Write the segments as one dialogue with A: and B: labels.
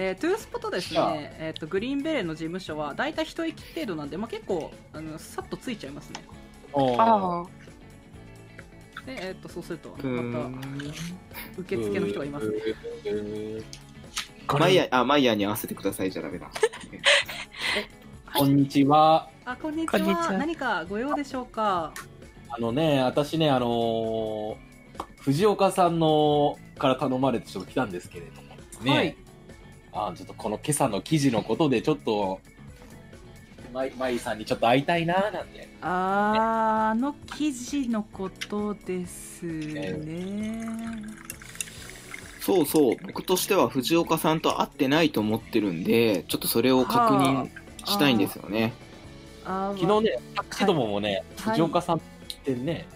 A: えー、トゥースポとです
B: ああ
A: ね、えー、とグリーンベレーの事務所は大体一駅程度なんで、まあ、結構あのさっとついちゃいますね
B: おー
C: ああ。
A: で、えー、とそうすると
B: うーん
A: また受付の人がいますね
B: ね。
D: マイヤー、あ、マイヤーに合わせてくださいじゃダメだ。
B: こんにちは。
A: あこんにち
C: こ
A: は
C: んにちは
A: 何かご用でしょうか
B: あのね、私ね、あのー藤岡さんのから頼まれてちょっと来たんですけれどもですね。
A: はい
B: あちょっとこの今朝の記事のことでちょっと、まいまいさんにちょっと会いたいなーなんて。
A: あーあの記事のことですね
D: そうそう、僕としては藤岡さんと会ってないと思ってるんで、ちょっとそれを確認したいんですよね。
A: あー
B: 昨日ね、私どももね、
A: はい
B: 藤岡さん来てね、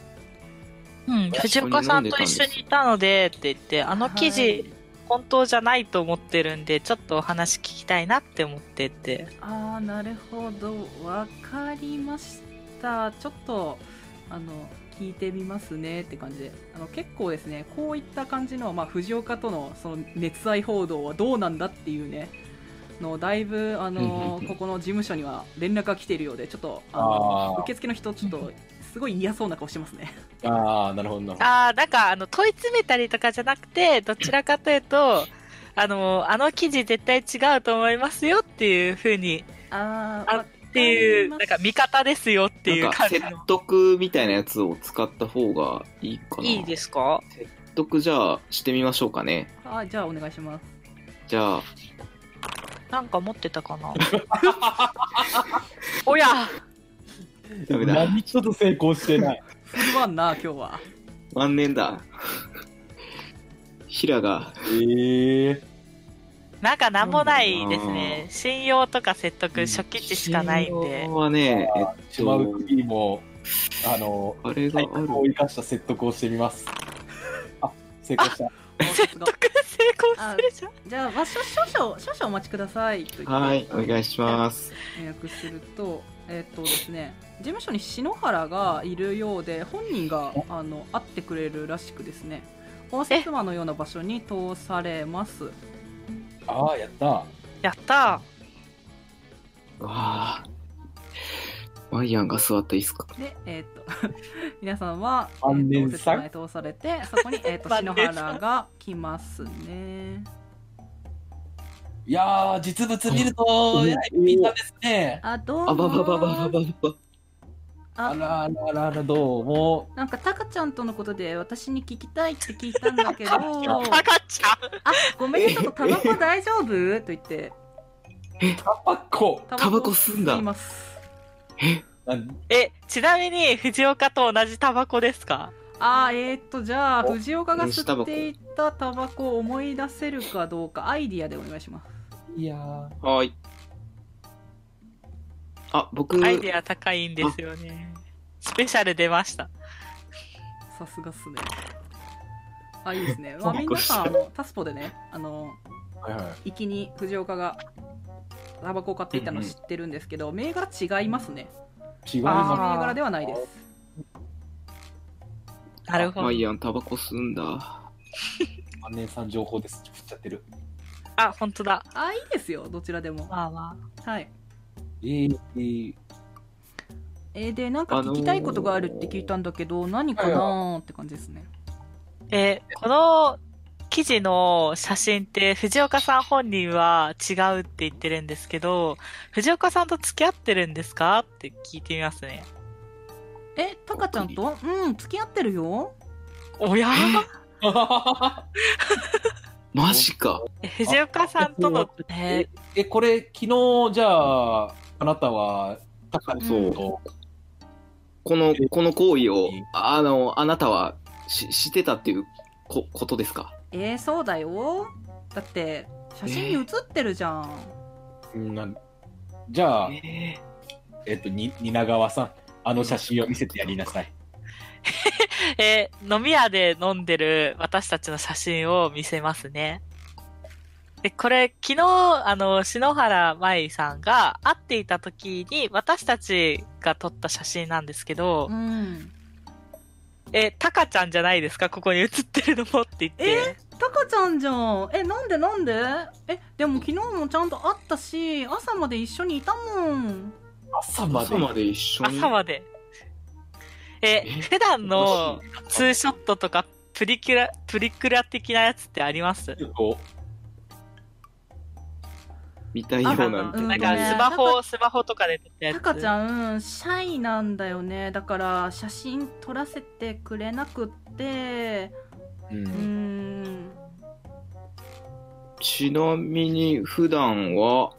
C: うん、藤岡さんと一緒にいたのでって言って、あの記
A: はい
C: 事、本当じゃないと思ってるんで、ちょっとお話聞きたいなって思ってて。
A: ああなるほどわかりましたちょっとあの聞いてみますねって感じであの結構ですねこういった感じの、まあ、藤岡とのその熱愛報道はどうなんだっていうねのだいぶあ
D: うんうん
A: の
D: うん
A: ここの事務所には連絡が来ているようでちょっとあ
B: あ
A: の
B: ー
A: 受付の人ちょっとすごい嫌そうな顔してますね
B: ああ、なるほどなるほど。
C: ああ、なんか、あの、問い詰めたりとかじゃなくて、どちらかというと、あの、あの記事絶対違うと思いますよっていうふうに、
A: あ
C: あ
A: ーわかりました
C: っていう、なんか見方ですよっていう
D: な
C: ん
D: か
C: 感じ
D: 説
C: の。
D: 得みたいなやつを使った方がいいかな。
C: いいですか
D: 説得じゃあしてみましょうかね。
A: あじゃあお願いします
D: じゃあ、
C: なんか持ってたかなおや
D: ダメだ
B: 何一つ成功してない。
A: 振るわんな今日は
D: 万年だ。 平が、
B: ええ
C: なんかなんもないです
D: う
C: ね。信用とか説得、初期値しかないんで
D: 信。用はね、えっ
B: しま
D: と
B: う、きも、あの、
D: あれが
B: 体
D: ある
B: 格を生かした説得をしてみ ます。あ、成功した。
A: おさすが
C: 得成功するじゃん。
A: じゃあ、まあ、少々少々お待ちくださいと言って
D: はい、お願いします。
A: 予約すると、えっとですね、事務所に篠原がいるようで、本人があの会ってくれるらしくですね、応接間のような場所に通されます。
B: ああ、やった。
C: やった
D: わあ。ワイヤンが座っていいっすか
A: で、えっと 皆さんは、え
B: 万
A: ー、
B: 年
A: 応接
B: さん
A: 間に通されて、そこに、えっと
C: 万年
A: 篠
C: さん
A: 原が来ますね。
B: いやー、実物見ると、えらいピンタですね。
A: あ、どうも
D: あばばばばばばば。
B: あ
A: あ
B: らあらあらあら、どうも。
A: なんか、タカちゃんとのことで私に聞きたいって聞いたん だけど、
C: ーパカちゃん
A: あ、ごめんね、ちょっとタバコ大丈夫と言って、
B: タバコ。
A: タ
D: タバコ吸うん
A: 吸
D: だ
A: い。ます。
B: なん
C: え、ちなみに藤岡と同じタバコですか
A: あー、えーっと、じゃあ、
B: お
A: 藤岡が吸っていたタバコを思い出せるかどうか、アイディアでお願いします。
B: いやー、
D: はい。あ、僕、
C: アイデア高いんですよね。スペシャル出ました。
A: さすがっすね。あ、いいです ね。まあ、皆さん、あの、タスポでね、あの、
B: はいはい。
A: 行きに藤岡がタバコを買っていたの知ってるんですけど、銘柄違いますね。同じ
B: 違い
A: 銘
B: ま
C: あー
A: 柄ではないです。
C: なるほ
D: ワ
C: ど
D: イ。ヤンタバコ吸うんだ。
B: す。万年さん情報です。振っちゃってる。
C: あ、本当だ。
A: あ、いいですよ、どちらでも。
C: まあま
A: はい。
B: えー、えー、
A: えーで、なんか聞きたいことがあるって聞いたんだけど、何かなーって感じですね。
C: あ。え、この記事の写真って藤岡さん本人は違うって言ってるんですけど、藤岡さんと付き合ってるんですかって聞いてみますね。
A: え、タカちゃんとうん、付き合ってるよ。
C: おや
D: マジか。
C: え藤岡さんとの、え
B: え え、これ、昨日、じゃあ、あなたは、タカさ
D: そ
B: ん
D: う
B: と、
D: この、この行為を、あの、あなたはし、してたっていうこ、ことですか
A: えー、そうだよ。だって、写真に写ってるじゃん。
B: うんなんじゃあ、
D: え
B: えっと、に蜷川さん、あの写真を見せてやりなさい。
C: えー飲み屋で飲んでる私たちの写真を見せますね。で、これ、昨日、あの、篠原舞さんが会っていた時に、私たちが撮った写真なんですけど
A: う、ん。
C: え、タカちゃんじゃないですかここに写ってるのもって言って。
A: えタカちゃんじゃんえなんでなんでえでも昨日もちゃんと会ったし朝まで一緒にいたもん
B: 朝まで
D: 朝まで一緒に
C: 朝まで。え、
D: え
C: 普段の
D: もし
C: ツーショットとかプリキュラ、プリクラ的なやつってあります
B: こ
D: 見たいような
A: あ
D: の
A: うん
C: なんかスマホ、スマホとかで撮ったやつ。
A: タカちゃんシャイなんだよねだから写真撮らせてくれなくって
B: うう
A: うー
B: ん、
A: ん
D: ちなみに普段は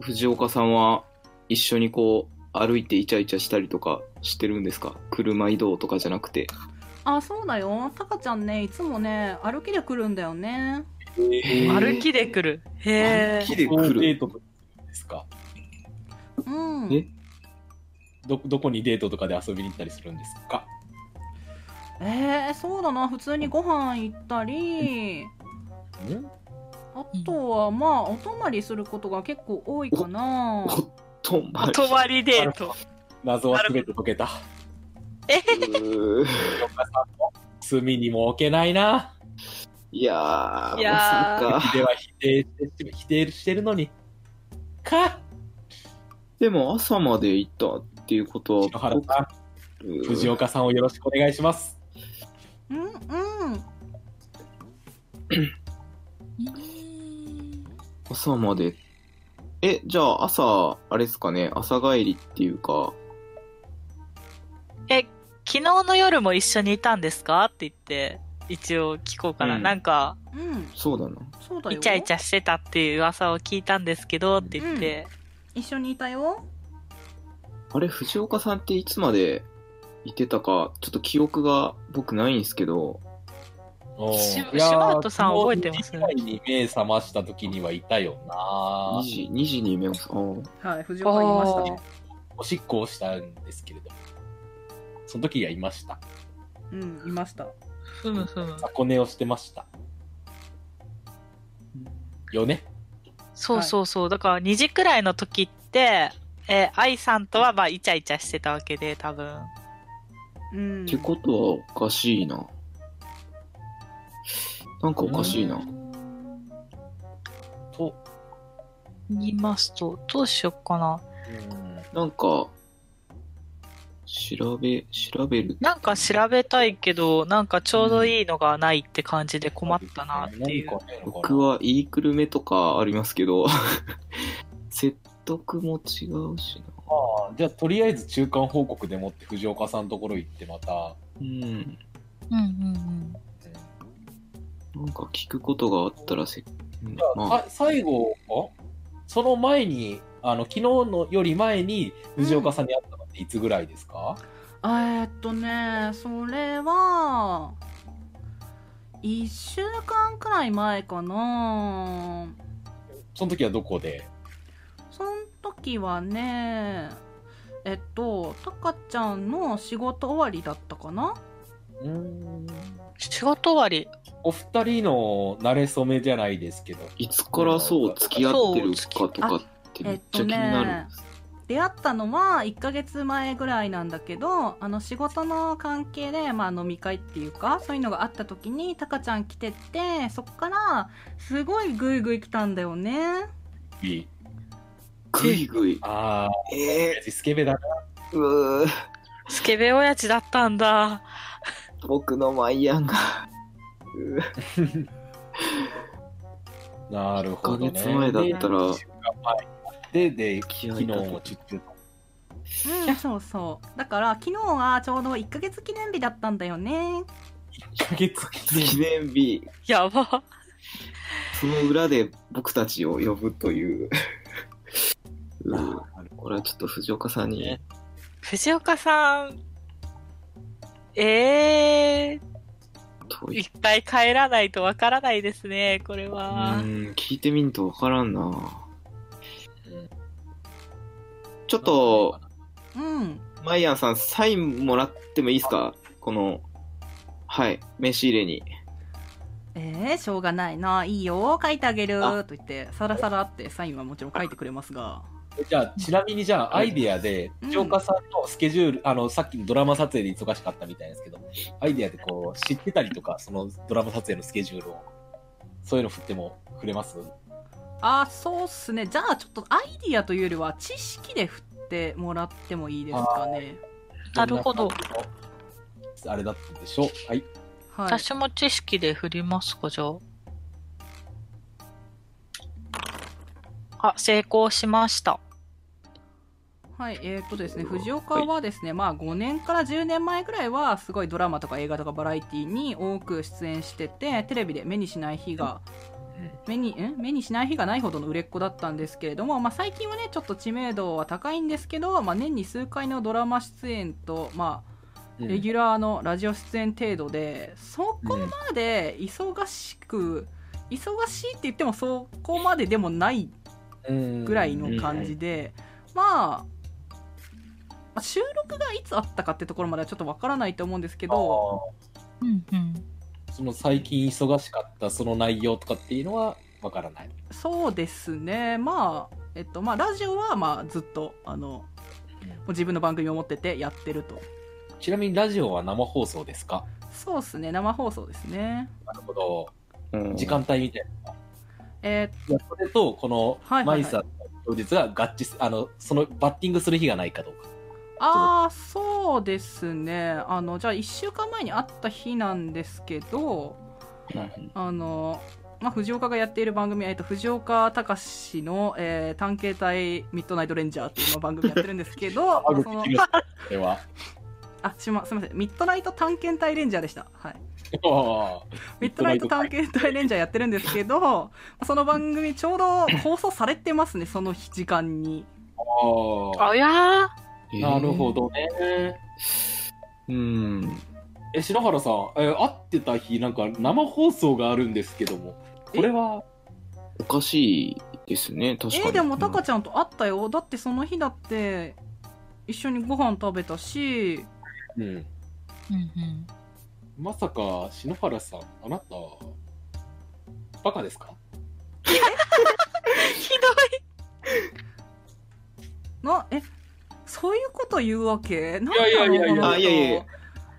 D: 藤岡さんは一緒にこう歩いてイチャイチャしたりとかしてるんですか車移動とかじゃなくて
A: あそうだよタカちゃんねいつもね歩きで来るんだよね
D: えー
C: 歩きで来る。へえ
D: 歩。きで
B: こうデ
D: 来る
B: ートとかですか
A: うん
D: え
B: どどこにデートとかで遊びに行ったりするんですか
A: えー、そうだな普通にご飯行ったりあとはまあお泊まりすることが結構多いかな
D: おっとま
C: お泊まりデート。
B: 謎は全て解けた
D: る
B: 罪にも置けないない
D: やー
C: いやー
D: まさか
B: では否定して否定してるのにか
D: でも朝まで行ったっていうことは
B: 篠原さん藤岡さんをよろしくお願いします
A: うんうん
D: 朝までえじゃあ朝あれですかね朝帰りっていうか
C: 昨日の夜も一緒にいたんですかって言って、一応聞こうかな。
D: うん
C: なんか、
A: うん
D: そうだな
A: そうだよ
C: イチャイチャしてたっていう噂を聞いたんですけどって言って、
A: 一緒にいたよ
D: あれ、藤岡さんっていつまでいてたか、ちょっと記憶が僕ないんですけど、
C: し
B: いやー
C: 柴田さん覚えてます
B: 昨日二時台に目覚ました時にはいたよな
D: 2時、2時に目を覚ま
A: はい藤岡言いましたね
B: おしっこをしたんですけれどもその時はいました
A: うんいました
C: ふむふむ。
B: 雑魚寝をしてましたよね
C: そうそうそう。だから2時くらいの時って、えー愛さんとはまあイチャイチャしてたわけで、多分。
A: うん
D: ってことはおかしいな。なんかおかしいな。
B: と
C: 言いますと、どうしよっかな。
D: なんか、調べ、調べる。
C: なんか調べたいけど、なんかちょうどいいのがないって感じで困ったなっていう。
B: 何かね
D: 僕は言いくるめとかありますけど、 説得も違うしな。
B: まあじゃあとりあえず中間報告でもって藤岡さんのところ行ってまた、
D: うん。
C: うんうん
B: うん
D: なんか聞くことがあったらせ、うん
B: じゃあ、
D: まあ、
B: さ最後あその前にあの昨日のより前に藤岡さんに会ったのっていつぐらいですか、
A: あえーっとねそれは1週間くらい前かな
B: その時はどこで
A: その時はねえっとタカちゃんの仕事終わりだったかな
C: うん。仕事終わり。
B: お二人の馴れ初めじゃないですけど
D: いつからそう付き合ってるかとかってめっちゃ気になるんです
A: 出会ったのは1ヶ月前ぐらいなんだけどあの仕事の関係で、まあ、飲み会っていうかそういうのがあった時にタカちゃん来てってそっからすごいグイグイ来たんだよね
D: ぐいぐい。
B: ああ
D: え
B: スケベだな
D: ー、うー
C: スケベ親父だったんだ。
D: 僕のマイアンが。うー
B: なるほどね
D: 1ヶ月前だったら
B: ででで昨
D: 気合
B: 日
D: いだ
B: もちょっと
A: うんそうそうだから昨日はちょうど1ヶ月記念日だったんだよね
B: 1ヶ月
D: 記念日、
C: やば。
D: その裏で僕たちを呼ぶと いう。うーこれはちょっと藤岡さんに
B: ね。
C: 藤岡さん、ええ
D: 問
C: ー、
D: い
C: 一回帰らないとわからないですね、これ
D: う
C: は。
D: ーん、聞いてみんとわからんな
B: うん。
D: ちょっと、
A: うん
D: マイアンさん、サインもらってもいいですかこの、はい、名刺入れに。
A: えー、しょうがないないいよ書いてあげる
D: あ
A: と言ってさらさらってサインはもちろん書いてくれますが
B: じゃあちなみにじゃあアイディアで
A: うん
B: 藤岡さんのスケジュール、あのさっきのドラマ撮影で忙しかったみたいですけどアイディアでこう知ってたりとかそのドラマ撮影のスケジュールをそういうの振っても振れます
A: あそうっすねじゃあちょっとアイディアというよりは知識で振ってもらってもいいですかね
C: なるほど。
B: あれだったでしょはい。
A: はい
C: 私も知識で振りますか、じゃあ。あ、成功しました。
A: はい、えーとですね、藤岡はですね、まあ5年から10年前ぐらいは、すごいドラマとか映画とかバラエティに多く出演してて、テレビで目にしない日が、目に、ん目にしない日がないほどの売れっ子だったんですけれども、まあ最近はね、ちょっと知名度は高いんですけど、まあ年に数回のドラマ出演と、まあ、
B: うん
A: レギュラーのラジオ出演程度で、そこまで忙しく、忙しいって言ってもそこまででもないぐらいの感じで、まあ収録がいつあったかってところまではちょっとわからないと思うんですけど
B: あ
C: うんうん。
B: ーその最近忙しかったその内容とかっていうのはわからない。
A: そうですねまあえっとまあラジオはまあずっとあのもう自分の番組を持っててやってると
B: ちなみにラジオは生放送ですか
A: そうですね生放送ですね
B: なるほど。
D: うん
B: 時間帯みたい
A: え
B: な。それと、こ
A: はい
B: の、
A: はいは
B: マ
A: い
B: イさんの当日が合致す、あの、そのバッティングする日がないかどうか。
A: ー、ああそうですねあのじゃあ1週間前に会った日なんですけど
D: うん
A: あの、まあ、藤岡がやっている番組、えっと、藤岡隆の、えー探検隊ミッドナイトレンジャーっていうのを番組やってるんですけ ど、
B: あ、
A: その
B: できるこれは。
A: あしま、すみません、ミッドナイト探検隊レンジャーでした。はい。
B: あー
A: ミッドナイト探検隊レンジャーやってるんですけ ど、その番組ちょうど放送されてますね、その日時間に。
B: あ
C: あや
B: ー。なるほ。どね。
D: えーうん。
B: え、篠原さん、え会ってた日、なんか生放送があるんですけども、これは、
D: おかしいですね、確かに。
A: えーでもタカ
D: ち
A: ちゃんと会ったよ。だってその日だって、一緒にご飯食べたし、
B: うん。
C: ー。うんうん。
B: まさか、篠原さん、あなた、バカですか
C: ひ
A: な、え、そういうこと言うわけなんだ
B: いやいやいやいや
A: ろう
D: あいやいやいや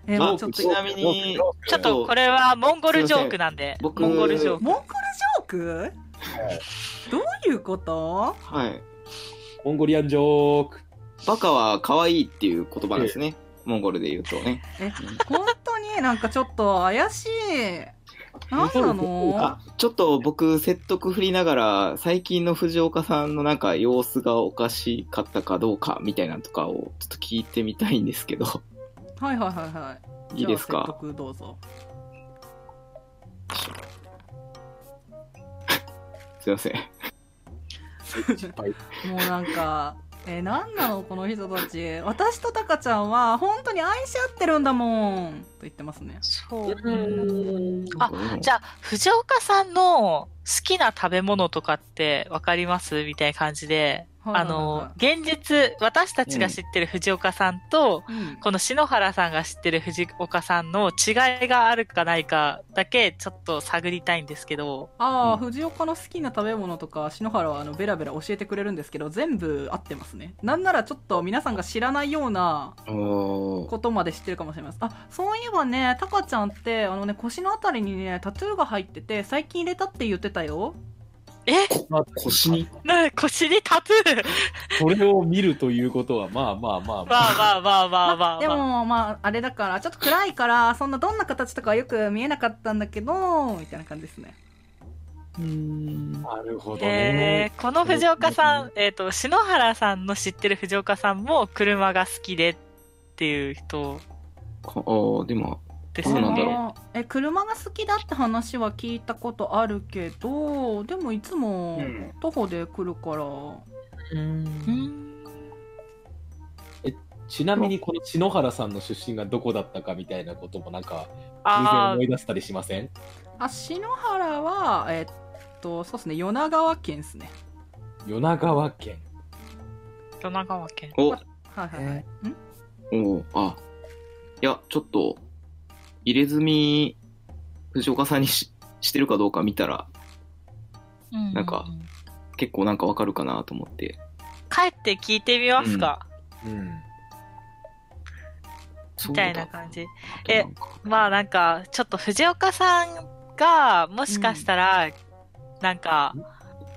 A: えーまあちょっと
D: ちなみに、
C: どい。ちょっとこれはモンゴルジョークなんで。
D: 僕
C: モンゴルジョーク。
A: モンゴルジョークどういうこと
D: はい。
B: モンゴリアンジョーク。
D: バカは可愛いっていう言葉なんですね。モンゴルで言うとね。
A: 本当になんかちょっと怪しい。なんなの
D: あ、ちょっと僕説得振りながら、最近の藤岡さんのなんか様子がおかしかったかどうかみたいなのとかをちょっと聞いてみたいんですけど、
A: はいはいはいはい。
D: いいです
A: じゃあ
D: か
A: 説得どうぞ。
D: すいません。
B: 失敗。
A: もうなんか、えー、なんなのこの人たち。私とタカちゃんは本当に愛し合ってるんだもん。と言ってますね。
C: そう。あ
D: あ
C: じゃあ、藤岡さんの好きな食べ物とかってわかりますみたいな感じ
A: は
C: で、
A: いはい
C: あ
A: はい
C: の、現実、私たちが知ってる藤岡さんと、
A: うん
C: この篠原さんが知ってる藤岡さんの違いがあるかないかだけちょっと探りたいんですけど、
A: ああ、
D: うん
A: 藤岡の好きな食べ物とか篠原はあのベラベラ教えてくれるんですけど全部合ってますねなんならちょっと皆さんが知らないような
D: あー
A: ことまで知ってるかもしれませんあそういえばねタカちゃんってあのね腰のあたりにねタトゥーが入ってて最近入れたって言ってたよ
C: え
D: 腰に。
C: な腰にタトゥー
B: それを見るということは、まあまあまあまあ。
C: まあまあまあまあまあ、まあ、
A: でもまああれだからちょっと暗いからそんなどんな形とかはよく見えなかったんだけどみたいな感じですね
B: なるほど
C: え
B: ね。
C: ーこの藤岡さん、えっ、と、篠原さんの知ってる藤岡さんも車が好きでっていう人
D: あーでも、
C: です
D: そ
C: よ
D: う
C: ね。
D: なんだろう
A: あーえ車が好きだって話は聞いたことあるけどでもいつも
D: うん
A: 徒歩で来るから、
C: うん
B: ちなみに、この篠原さんの出身がどこだったかみたいなことも、なんか、偶然
C: あ
B: 思い出したりしません
A: あ篠原はえっとそうですね米川県ですね
B: 米川県。
C: あ、神奈川県。
D: お、
A: はいはいはい、ん
D: おーあ、いや、ちょっと、入れ墨、藤岡さんにししてるかどうか見たら、なんか
C: うう
D: 結構なんかわかるかなと思って。
C: 帰って聞いてみますか、
B: うん。
C: みたいな感じ。
D: そうだ。あとなんか
C: まあなんか、ちょっと藤岡さんが、もしかしたら、なんか、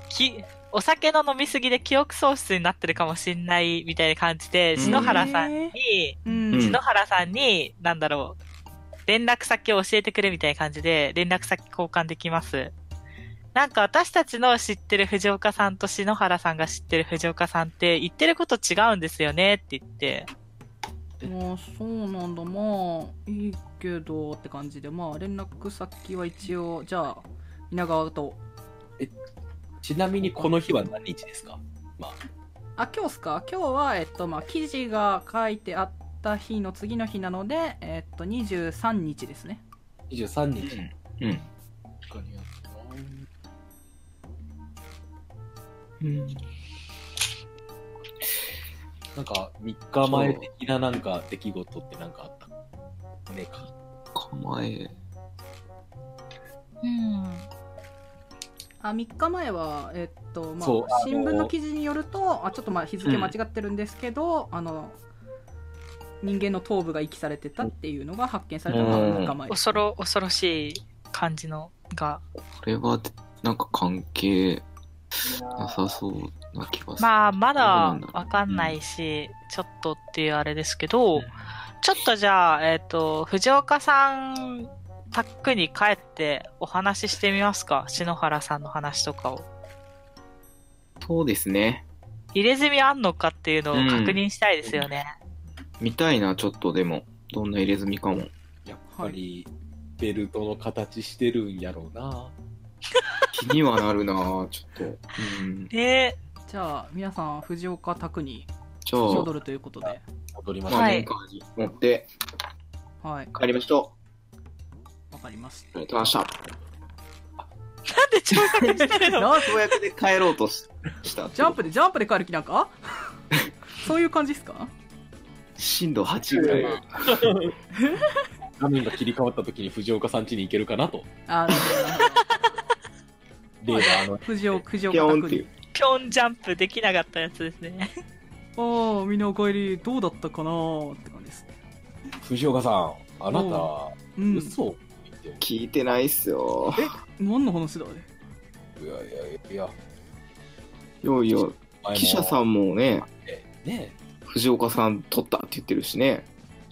C: き、お酒の飲みすぎで記憶喪失になってるかもしんないみたいな感じで、
D: うん
C: 篠原さんに、
A: うん
D: うん
C: 篠原さんに、なんだろう、連絡先を教えてくれみたいな感じで、連絡先交換できます。なんか私たちの知ってる藤岡さんと篠原さんが知ってる藤岡さんって、言ってること違うんですよねって言って、
A: まあそうなんだまあいいけどって感じでまあ連絡先は一応じゃあ稲川と
B: ちなみにこの日は何日ですか
A: あ今日っすか今日はえっとまあ記事が書いてあった日の次の日なのでえっと23日ですね
B: ?23 日。
D: うん。
B: なんか3日前的ななんか出来事ってなんかあったねえか。
D: 構え。
C: うん。
A: あ3日前は、えっとま
B: そう
A: あ、
B: あの
A: 新聞の記事によるとあちょっとまあ日付間違ってるんですけど、あの人間の頭部が遺棄されてたっていうのが発見されたのが3日前
C: 恐ろ、恐ろしい感じのが。
D: これは、なんか関係なさそうな気がする。
C: まあ、まだ
D: そうなんだ
C: わかんないし、ちょっとっていうあれですけど、ちょっとじゃあ、えっ、と、藤岡さん、タックに帰ってお話ししてみますか。篠原さんの話とかを。
D: そうですね。
C: 入れ墨あんのかっていうのを
D: うん
C: 確認したいですよね。
D: 見たいな、ちょっとでも。どんな入れ墨かも。
B: やっぱりベルトの形してるんやろうな。
D: 気にはなるなちょっと。うん。
C: で、
A: じゃあ皆さん藤岡拓に
D: じゃ
A: 戻
D: あ、
A: るということで、
B: 戻りまし
D: ま
B: た。
D: あ、
C: は
D: 年
C: い
D: 間に持って
A: はい、
D: 帰りましょ
A: わかりまし
D: う。
A: た
D: ありがとうございました。
C: なんで跳躍してる の
A: な
D: そうやって帰ろうとしした。
A: ジャンプでジャンプで帰る気なんか そういう感じですか
D: 震度8ぐらい。
B: 画面が切り替わった時に藤岡さん家に行けるかなと。
A: あなるほどなるほ
B: 例のあの
A: ど藤岡藤
D: ピ
A: 岡
D: ョンっ
A: 拓
D: ていう
A: に。
C: ピョンジャンプできなかったやつですね。
A: ああみんなお帰りどうだったかなーって感じです
B: 藤岡さん、あな
A: う
B: た、
A: ん
B: 嘘を言ってる。
D: 聞いてないっすよ。
A: 何の話だあれ
B: いやいやいやいや、
D: よいよ、
B: 前も
D: 記者さんもね、
B: ね
D: 藤岡さん撮ったって言ってるしね。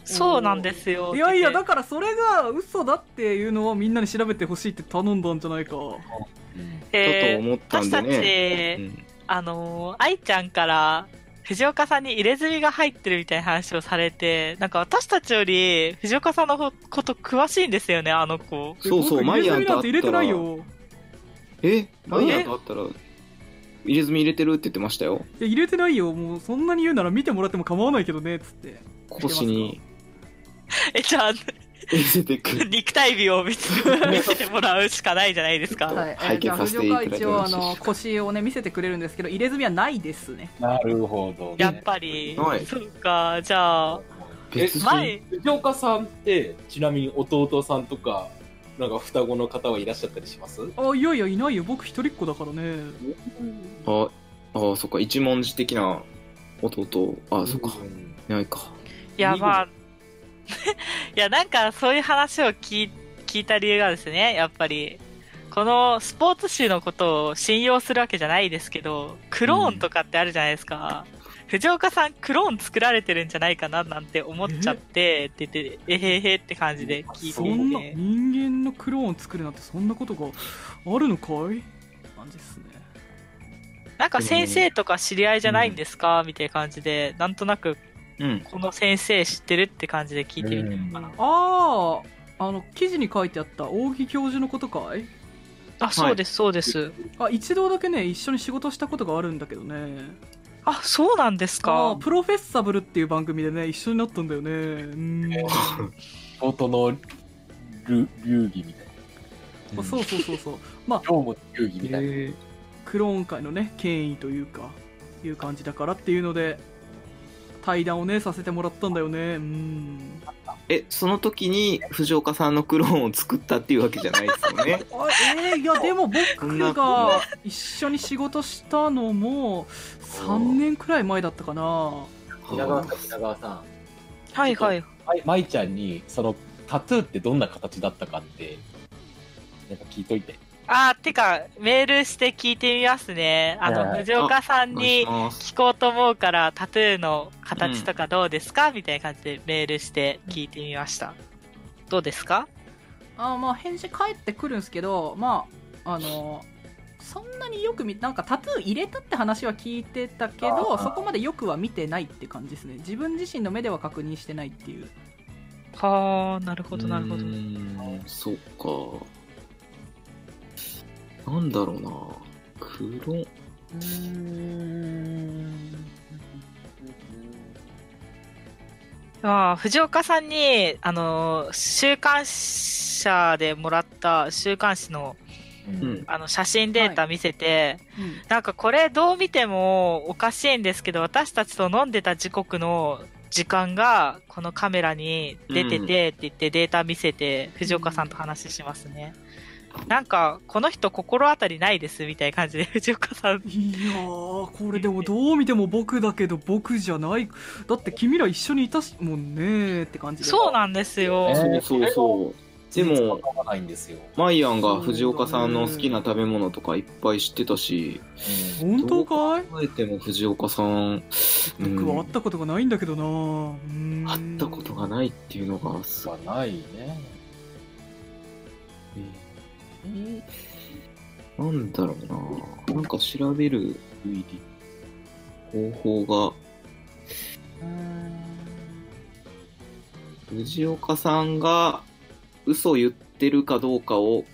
C: そうなんですよ。
A: いやいや、
C: だ
A: だからそれが嘘だっていうのをみんなに調べてほしいって頼んだんじゃないか。
D: だと
C: えー
D: 思ったんでね。う
C: 私たち、
D: ん
C: あのー、愛ちゃんから、藤岡さんに入れ墨が入ってるみたいな話をされて、なんか私たちより藤岡さんのほこと詳しいんですよね、あの子。
D: そうそう、マ
A: マ
D: イ
A: イ
D: アンと
A: なんて入
D: 会っ
A: れ
D: た
A: て
D: ら
A: ない。よ。
D: えマイアンと会ったら、入れ墨入れてるって言ってましたよ。
A: いや、入れてないよ。もうそんなに言うなら見てもらっても構わないけどね、つって。
D: 腰に
C: え、じゃあ、
D: 入れてくる。
C: 肉体美を見せ 見せてもらうしかないじゃないですか。
A: はい。えー
D: 拝見
A: じゃあ、
D: させ
A: 藤
D: てい
A: 岡
D: ただ
A: はい
D: て
A: 一応、あ
D: よろしい
A: の、
D: で
A: 腰をね、見せてくれるんですけど、入れ墨はないですね。
B: なるほど、ね。
C: やっぱり。
D: はい
C: そうか、じゃあ、
D: 別人
C: 前、
B: 藤岡さんって、ちなみに弟さんとか、なんか双子の方はいらっしゃったりします
A: あ、いやいや、いないよ。僕一人っ子だからね。
D: あ、あ、そっか、一文字的な弟。あ、そっか、
B: ん
D: いないか。
C: いや、
B: 見事
C: まあ、いや、なんかそう いう話を聞い聞いた理由がですね、やっぱり、このスポーツ紙のことを信用するわけじゃないですけど、クローンとかってあるじゃないですか。藤岡さん、クローン作られてるんじゃないかななんて思っちゃって、って言って、えへへって感じで聞いていて。
A: そんな、人間のクローンを作るなんてそんなことがあるのかい感じですね。
C: なんか先生とか知り合いじゃないんですか、みたいな感じで、なんとなく
D: うん。
C: この先生知ってるって感じで聞いてみたのかな。
A: ああ、あの、記事に書いてあった大木教授のことかい
C: あ、そうです、そうです。
A: あ一度だけね一緒に仕事したことがあるんだけどね
C: あ、そうなんです
A: あ
C: か。
A: プロフェッサブルっていう番組でね一緒になったんだよねうん
B: 弟の流流儀みたいな。
A: あそうそうそうそうまあ
B: 今日も流儀みたいな。
D: え
A: クローン界のね権威というかいう感じだからっていうので対談をねさせてもらったんだよねうんあ
D: え、その時に藤岡さんのクローンを作ったっていうわけじゃないですよ ね。
A: えーいやでも
D: そ
A: 僕
D: んな
A: が一緒に仕事したのも3年くらい前だったかな
B: 稲川さん、稲川さん。
C: はいはい。
B: まいちゃんに、そのタトゥーってどんな形だったかって、なんか聞いといて。
C: あー、てか、メールして聞いてみますね。あの、
B: はい
C: 藤岡さん
D: お願いし
C: に
D: ます
C: 聞こうと思うから、タトゥーの形とかどうですか、みたいな感じでメールして聞いてみました。どうですか
A: あまあ返事返ってくるんですけどまああのそんなによく見なんかタトゥー入れたって話は聞いてたけど
B: あー
A: そこまでよくは見てないって感じですね自分自身の目では確認してないっていう
C: はあ、なるほど、なるほど。
B: うー
C: うん
D: そっか。なんだろうな。黒。
C: あー藤岡さんに、あのー、週刊社でもらった週刊誌の
D: うん。
C: あの写真データ見せて、
A: うん
C: なんかこれどう見てもおかしいんですけど、私たちと飲んでた時刻の時間がこのカメラに出ててって言ってデータ見せて、藤岡さんと話しますね。なんか、この人心当たりないですみたいな感じで藤岡さん。
A: いやーこれでもどう見ても僕だけど僕じゃないだって君ら一緒にいたしもんねーって感じで
C: そうなんですよ。
B: え
D: そ
B: ー
D: うそうそう。で
B: で
D: も
B: も、わからないんですよ。
D: マイアンが藤岡さんの好きな食べ物とかいっぱい知ってたし、
B: うん
A: 本当かい
D: 考えても藤岡さん、うん
A: 僕は会ったことがないんだけどなーうーん
D: 会ったことがないっていうのがすごい
B: はないね。
D: なんだろうななんか調べる方法が、藤岡さんが嘘言ってるかどうかを、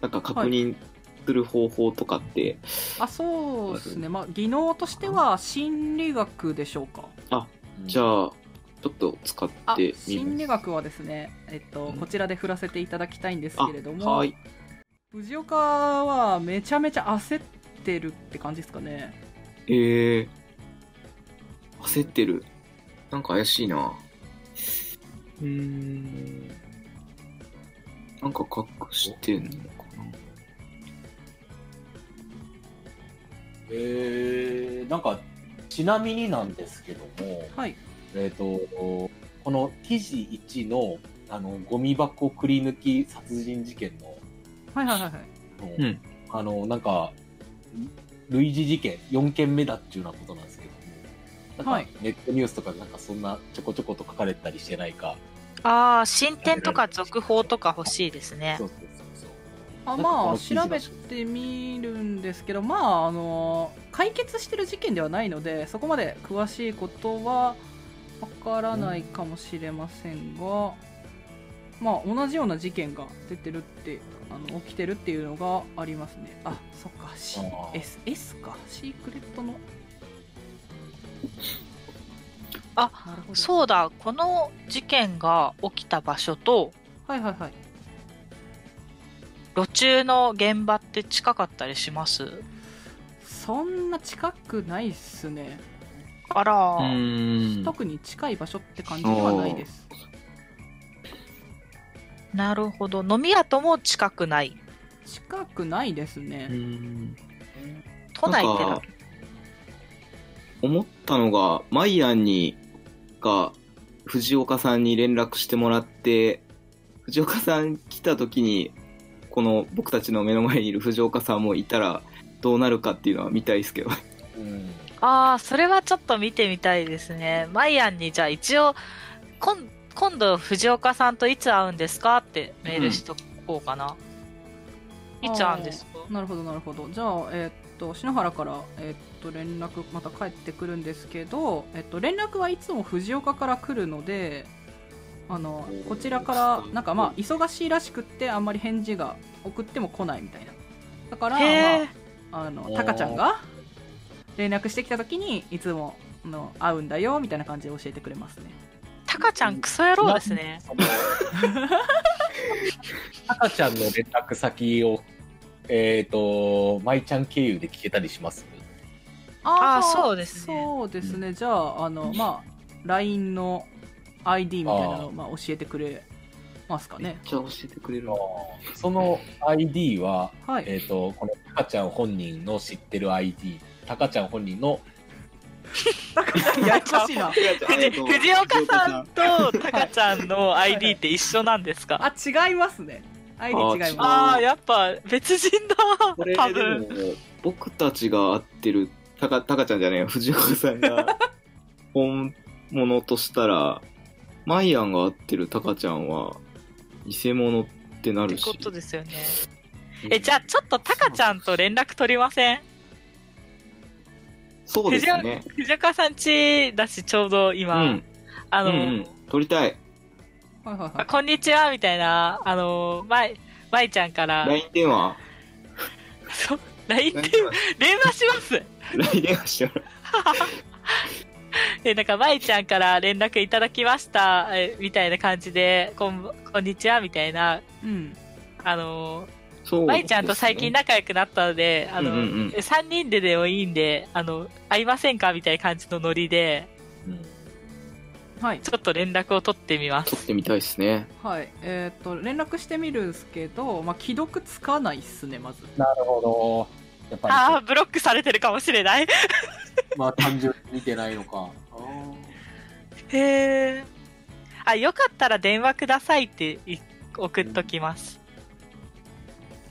D: なんか確認する方法とかって、
A: あそうですねまあ技能としては心理学でしょうか
D: じ
B: あ、
D: ゃあ、ちょっと使っ
A: あ
D: てみ
A: 心理学はですね、えっと
D: うん
A: こちらで振らせていただきたいんですけれど
D: あ
A: も、
D: はい。
A: 藤岡はめちゃめちゃ焦ってるって感じですかね
D: ええ焦ってる。なんか怪しいな。うーん。なんか隠してんのか
B: えー、なんか、ちなみになんですけども、
A: はい
B: えっ、と、この記事1の、あの、ゴミ箱くり抜き殺人事件の、
A: はいはいはいはい
D: うん
B: あの、なんか、類似事件、4件目だっていうようなことなんですけども、なんか、
A: はい
B: ネットニュースとかでなんかそんなちょこちょこと書かれたりしてないか、
C: ああ、進展とか続報とか欲しいですね
B: そ。うそうそう
A: あ
B: なんかこ
A: まあ
B: の記
A: 調
B: 事の
A: べてみるんですけどまああの解決してる事件ではないのでそこまで詳しいことはわからないかもしれませんが、まあ同じような事件が出てるってあの起きてるっていうのがありますねあそっか
B: あー
A: CS かシークレットの
C: あ
A: なるほど
C: そうだ、この事件が起きた場所と、
A: はいはいはい
C: 路中の現場って近かったりします
A: そんな近くないっすね、
C: あら
D: な。
C: ー、
D: ん
A: 特に近い場所って感じではないです
C: なるほど。飲み屋とも近くない。
A: 近くないですね、
D: ん。
C: 都内って
D: なん
C: だ
D: か。思ったのが、マイアンに、が、藤岡さんに連絡してもらって、藤岡さん来た時に、この僕たちの目の前にいる藤岡さんもいたら、どうなるかっていうのは見たいですけど。
B: そう。うん。
C: ああ、それはちょっと見てみたいですね。マイアンに、じゃあ一応、こん今度藤岡さんといつ会うんですかってメールしとこうかな。
A: うん
C: いつ会うんですか
A: なるほどなるほどじゃあ、えーっと篠原から、えーっと連絡また返ってくるんですけど、えーっと連絡はいつも藤岡から来るのであのこちらからなんかまあ忙しいらしくってあんまり返事が送っても来ないみたいなだから、
C: へえ、
A: まあ、あの
B: おー
A: タカちゃんが連絡してきた時にいつもあの会うんだよみたいな感じで教えてくれますね
C: タカちゃんクソ野郎ですね。
B: その。 赤ちゃんの連絡先を、えっ、と、舞ちゃん経由で聞けたりします
C: あー
A: ー
C: そうですね
A: そうですねじゃああのまあ LINE の ID みたいなのを
B: あー
A: まあ、教えてくれますか
D: めっ
A: ね
D: ちゃ教えてくれるな。
B: その ID は、
A: はい
B: えっ、と、この赤ちゃん本人の知ってる ID、赤ちゃん本人の、
A: ややこしいな。
C: 藤藤岡さんとタカちゃんの ID って一緒なんですか
A: あ、違いますね。愛で違いま
C: ああ、やっぱ別人だ
D: これ。
C: 多
D: で
C: 分。
D: も僕たちが会ってるたかたかちゃんじゃねえよ藤岡さ んが本物としたらマイアンが会ってるたかちゃんは偽物ってな
C: っ
D: る
C: て
D: し
C: ことですよね。え、じゃあちょっとタカちゃんと連絡取りません
D: そうですね
C: 藤岡さんちだし、ちょうど
D: う
C: 今、
D: ん
C: あ
D: うんう
C: の、
D: ん撮りたい
A: す。はいはいは
C: あ
A: い。
C: こんにちは、みたいな、あの、まい、まいちゃんから、
D: LINE 電話
C: そう LINE で
D: LINE 電話
C: 電話します。
D: LINE 電話してもらう
C: で、なんか、まいちゃんから連絡いただきました、えみたいな感じで、こん、こんにちは、みたいな、
A: うん。
C: あの、
D: そう
C: まいちゃんと最近
D: な
C: 仲良くなったので、あの、
D: うんうんうん
C: 3人ででもいいんで、あの、会いませんかみたいな感じのノリで、
A: はい。
C: ちょっと連絡を取ってみます。
D: 撮ってみたいですね
A: はい。えーっと、連絡してみるんですけど、まあ、既読つかないっすね、まず。
B: なるほど。やっ
C: ああ、
B: ぱ
C: ブロックされてるかもしれない。
B: り、まあ単純に見てないのか。
C: へえ。あ、よかったら電話くださいってい送っときます。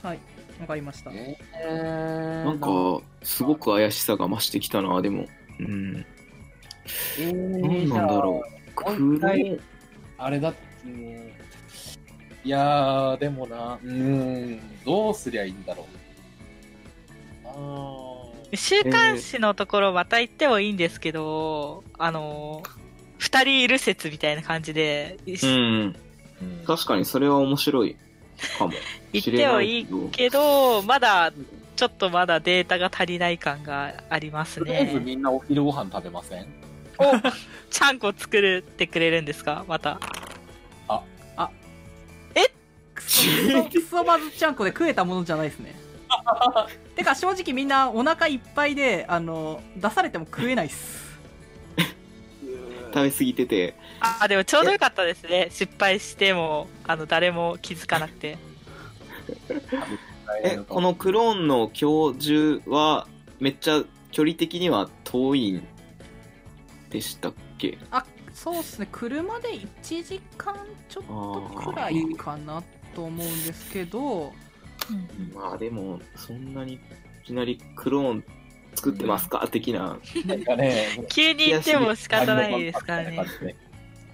A: はい。わかりました。
B: えー
D: なんかすごく怪しさが増してきたなでもうん
B: えー
D: 何なんだろう
B: じゃあ
D: 黒い
B: あれだって、うんいやー、でもな、うーん、どうすりゃいいんだろう。あ
C: 週刊誌のところまた行ってもいいんですけど、あの、二人いる説みたいな感じで、い
D: うん
B: ー
D: 確かにそれは面白いかも
C: 言っ
D: してれ
C: も
D: ない
C: い
D: けど
C: いけど、まだ、ちょっとまだデータが足りない感があります
B: とりあえず
C: ね。
B: みんなお昼ご飯食べません
C: ちゃんこ作るってくれるんですかまた。
A: クソクソまずちゃんこで食えたものじゃないです ねてか正直みんなお腹いっぱいであの出されても食えないっす
D: 食べ過ぎてて
C: あ、でもちょうどよかったですね。失敗しても、あの、誰も気づかなくて。
D: えこのクローンの教授はめっちゃ距離的には遠いんでしたっけ
A: あそうっすね車で1時間ちょっとくらいかなと思うんですけど
D: まあでもそんなにいきなりクローン作ってますか、的な
B: なんかね、
C: 急に行っても仕方ないですか
B: あ
C: ら
B: の
C: ね。。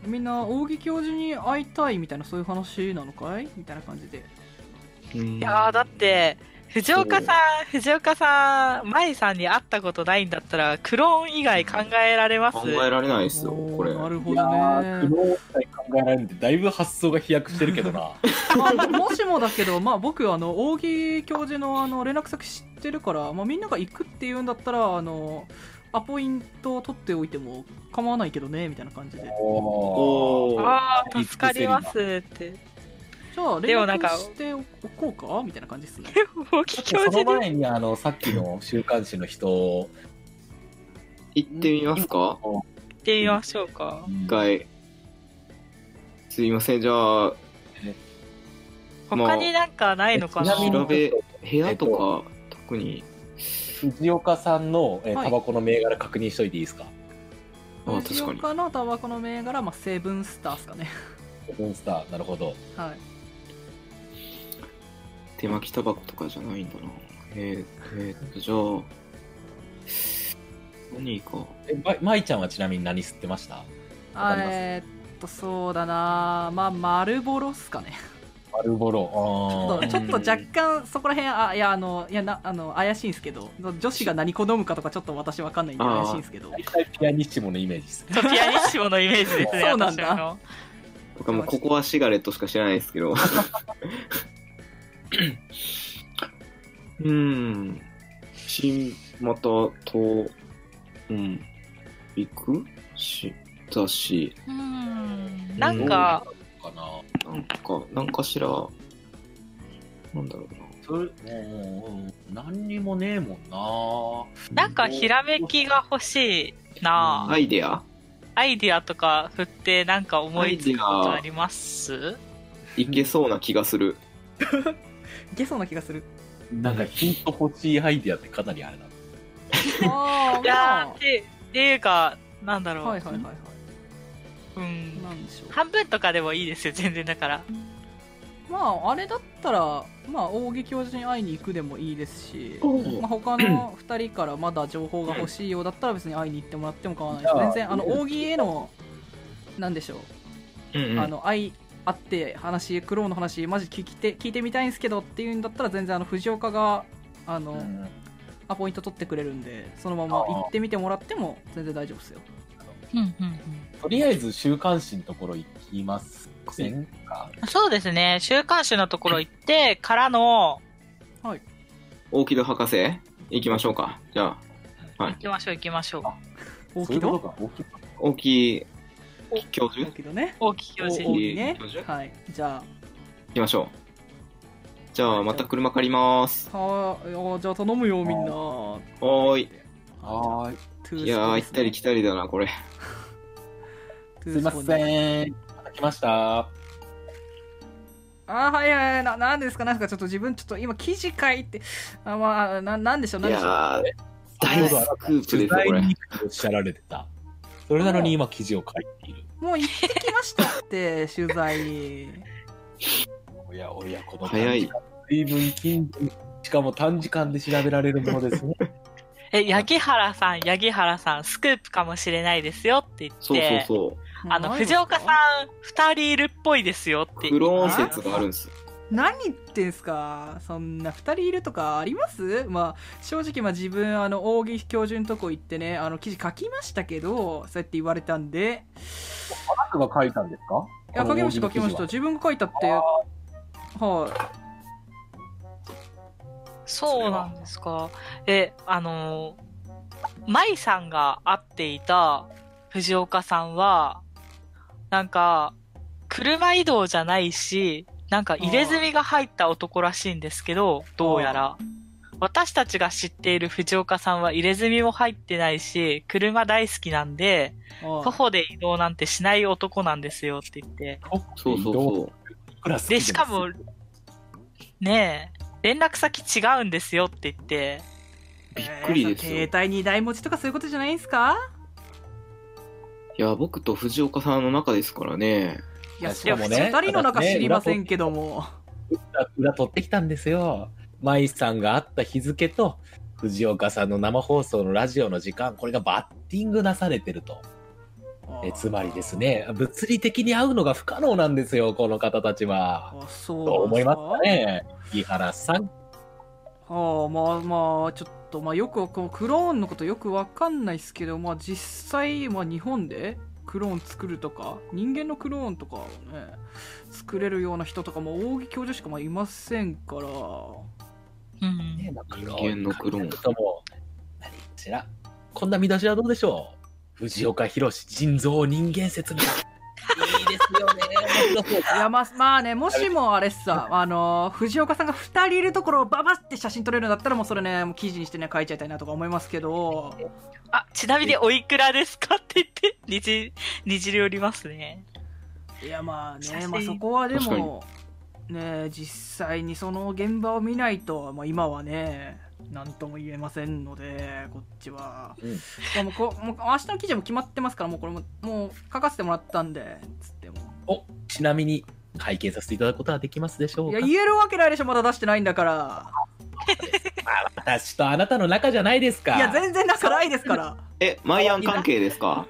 A: みんな扇教授に会いたいみたいなそういう話なのかいみたいな感じで
D: い
C: いやーだって、藤岡さん、藤岡さん、舞さんに会ったことないんだったら、クローン以外考えられます
D: 考えられないですよ
A: おー
D: これ
A: なる
B: い
A: ほ
B: や
A: ど
B: ー、苦
A: ね
B: 労したい考えられるんで、だいぶ発想が飛躍してるけどな。
A: まあもしもだけど、まあ、僕あの扇教授のあの連絡先知ってるから、まあ、みんなが行くっていうんだったらあのアポイントを取っておいても構わないけどねみたいな感じで
B: お
D: おー
C: ああ、助かりますって。
A: じゃあ
C: で
A: 連
C: もなん
A: 絡
C: か
A: しておこうかみたいな感じですね
C: 大木教
B: その
C: 授に。
B: 前にあのさっきの週刊誌の人
D: 行ってみますか
C: 行ってみましょうか。
D: 一回すいませんじゃあまあ
C: 他になんかないのかな、
B: ちなみに
D: 調べ部屋とか、特に
B: 藤岡さんの、えー
A: はい
B: タバコの銘柄確認しといていいですか、
D: ああ
A: 藤
D: 確か
A: 岡のタバコの銘柄、まあ、セブンスターですかね
B: モンスターなるほど
A: はい
D: に手巻きタバコとかじゃないんだなえー、えーっとじゃあ何か
B: えま舞ちゃんはちなみに何吸ってましたわ
A: あ
B: かります
A: えーっとそうだなまあ丸ボロっすかね
B: マルボ
A: ち
B: ロ
A: ょっ
B: あ
A: と
B: ー
A: ちょっと若干そこら辺あいやあのいやなあの怪しいんですけど女子が何好むかとかちょっと私わかんないんで怪しいんですけど
B: 大体ピアニッシモのイメージです
C: ちょっとピアニッシモのイメージですね、
A: そうなんだ
C: 私の
D: 僕はもうここはシガレットしか知らないですけど。うーん。新、また、と、うん。行くし、だし、
C: うーん。なんか、
B: かな
D: なんか、なんかしら、なんだろうな。
B: それうん何にもねえもんな
C: なんかひらめきが欲しいな
D: アイデア
C: アイディアとか振ってなんか思いつくことあります
D: いけそうな気がする。
A: いけそうな気がする
B: なんかヒント欲しいアイディアってかなりあれだ
A: あー
C: いやー、て、ていうか、なんだろう。
A: はいはいはいは
C: う
A: い
C: ん。
A: なんでしょう
C: 半分とかでもいいですよ、全然だから。
A: まああれだったら、まあ、大木教授に会いに行くでもいいですし、
D: お
A: まあ、他の2人からまだ情報が欲しいようだったら別に会いに行ってもらっても構わないです
B: じゃ
A: 全
B: あ
A: 然あの
B: いいです
A: 大木へのなんでしょう
D: うん
A: あの会い会って話クローンの話マジ聞きて聞いてみたいんですけどっていうんだったら全然あの藤岡があの、
B: うん
A: アポイント取ってくれるんでそのまま行ってみてもらっても全然大丈夫ですよ
C: うんうん
B: とりあえず週刊誌のところ行きますせんか
C: うん、そうですね。週刊誌のところ行って、からの、
D: 大木戸博士行きましょうか。じゃあ、は
C: 行
D: い。
C: きましょう行きましょう。
A: 大
B: そうい
A: 木
B: うこと
A: 戸
B: か大きいの
D: 大木教授
A: 大木戸ね
C: 大木教
A: 大
C: 授。
A: 木ね
D: 教授
A: はいじゃ
D: 行きましょう。じゃあ、また車借ります。
A: あはあいやじゃあ頼むよみんな
D: おーい。
B: はー
A: トゥー
B: い
A: スポンですね
D: いやー、行ったり来たりだな、これ。
A: トゥー
B: すい
A: ス
B: ま
A: ポンです
B: せんまた来ました
A: あーはいはいななんですかなんですかちょっと自分ちょっと今記事書いてあまあななんでしょう
D: い
A: なんで
D: や
A: しょう
D: ー、
B: 先ほ
D: 大
B: どあな
D: ス
B: た
D: クープ
B: 取
D: ですよ、
B: 材
D: これ。
B: に行くとおっしゃられてたそれなのに今記事を書いている
A: もう行ってきましたって取材 に
B: おやおやこの
D: 早い
B: 随分近所にしかも短時間で調べられるもの ですね
C: え、八木原さん、八木原さん、スクープかもしれないですよって言って、
D: そうそうそう。
C: あの、藤岡さん、二人いるっぽいですよって言って。
D: クローン説があるんです。
A: 何言ってんすかそんな2人いるとかありますまあ正直まあ自分あの大木教授のとこ行ってねあの記事書きましたけどそうやって言われたんで
B: あなたが書いたんですか
A: いや書きました書きました
B: この大喜利の記事は
A: 自分が書いたっては
C: そうなんですか。え、あのー、舞さんが会っていた藤岡さんは、なんか、車移動じゃないし、なんか入れ墨が入った男らしいんですけど、どうやら。私たちが知っている藤岡さんは入れ墨も入ってないし、車大好きなんで、
A: いは
C: 徒歩で移動なんてしない男なんですよって言って。
D: そうそうそう。
B: いくら好き
C: で、
B: も
C: しかも、ねえ、連絡先違うんですよって言って、
A: び
D: びっくりですよ
A: 携帯に台持ちとかそういうことじゃないんすか
D: いや、僕と藤岡さんの中ですからね。
A: いや
B: いや
A: そりゃ
B: しか
A: 2
B: もね
A: 人の中知りませんけども
B: 裏裏取ってきたんですよ。舞さんが会った日付と藤岡さんの生放送のラジオの時間これがバッティングなされてるとえつまりですね物理的に会うのが不可能なんですよこの方たちは。
A: あそう
B: と思いますかね木原さん
A: はあまあまあちょっとまあよくこうクローンのことよくわかんないですけどまあ実際、まあ、日本でクローン作るとか人間のクローンとかをね作れるような人とかも大木教授しかまあいませんから
C: うん。
B: ねまあ
D: 人間のクロー
B: 考
D: ン
B: えるともう何かしらこんな見出しはどうでしょう藤岡弘人造人間説みたいいいですよね。
A: いやまあまあねもしもあれっすさあの藤岡さんが2人いるところをババって写真撮れるんだったらもうそれねもう記事にしてね書いちゃいたいなとか思いますけど
C: あ、ちなみにおいくらですかって言って、にじ、にじり寄りますね。
A: いやまあ
C: 写
A: ね、
C: 真
A: まあ、そこはで
D: 確か
A: もね実際にその現場を見ないと、まあ、今はね何とも言えませんのでこっちは、
B: うん
A: まあもうこもう明日の記事も決まってますからもうこれももう書かせてもらったんでつっても
B: おちなみに拝見させていただくことはできますでしょ
A: いうや
B: か
A: 言えるわけないでしょまだ出してないんだから
B: 私とあなたの仲じゃないですか
A: いや全然仲ないですから
D: え、マイアン関係ですか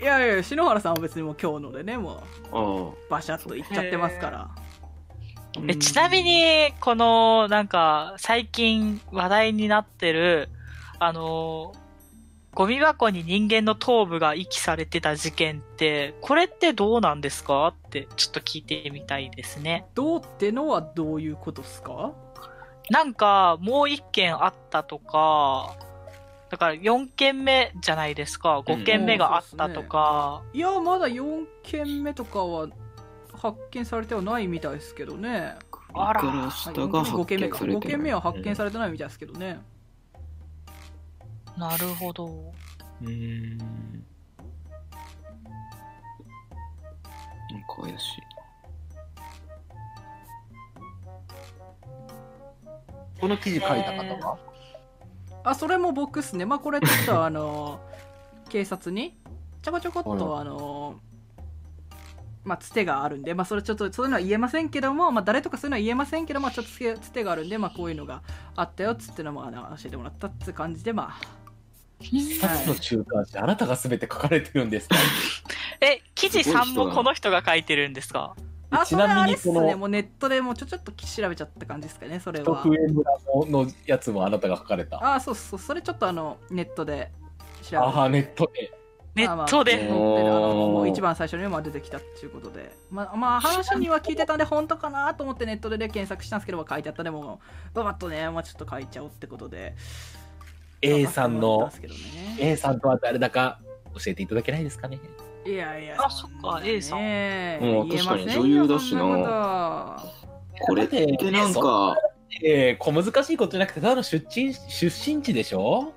A: いやいや篠原さんは別にもう今日のでねもう
D: ああ。
A: バシャッといっちゃってますから
C: え、ちなみに、この、なんか、最近話題になってる、あの、ゴミ箱に人間の頭部が遺棄されてた事件って、これってどうなんですかって、ちょっと聞いてみたいですね。
A: どうってのはどういうことっすか
C: なんか、もう一件あったとか、だから4件目じゃないですか。5件目があったとか、
A: いやまだ4件目とかは発見されてはないみたいですけどね
C: あら
D: から下が発
A: 5件目
D: 見
A: か
D: され
A: 5
D: てる
A: 件目は発見されてないみたいですけどね、
C: なるほど。
D: うーん。なんか怪しい。
B: この記事書いた方は、
A: あそれも僕っすねまあこれちょっ とあの警察にちょこちょこっ
B: はい
A: とあのまあ、つてがあるんで、まあ、それちょっとそういうのは言えませんけども、まあ、誰とかそういうのは言えませんけど、まあ、ちょっとつけつてがあるんで、まあ、こういうのがあったよっつってのもあの教えてもらったって感じでまあ
B: 一冊の週刊誌、あなたが全て書かれてるんですか
C: え、記事さんもこの人が書いてるんですか
A: あ
B: ち
A: それ
B: な
A: あ
B: み
A: れっ
B: に
A: す
B: こ
A: ね
B: の
A: もうネットでもうちょちょっと調べちゃった感じですかねそれは
B: 徳江村ののやつもあなたが書かれた。
A: あそうそうそれちょっとあのネットで調べ
B: ああ、ネットで。
C: ネット
A: まあ
C: で。
A: まあ載ってるあの
D: おー
A: もう一番最初にも出てきたっていうことで、まあ、まあ話には聞いてたんで本当かなと思ってネットで、ね、検索したんですけどまあ書いてあったでもババッとね、まあ、ちょっと書いちゃおうってことで
B: A さん
A: まあ
B: の
A: 書いてもらったんですけどね
B: A さんとは誰だか教えていただけないですかね
A: いやいや
C: あそっか A さん
A: ね
D: うん
A: 言えませんよ
D: 確かに女優だしな
A: そんなこ
D: これってなんか、
B: えー、小難しいことじゃなくて、ただの出身出身地でしょ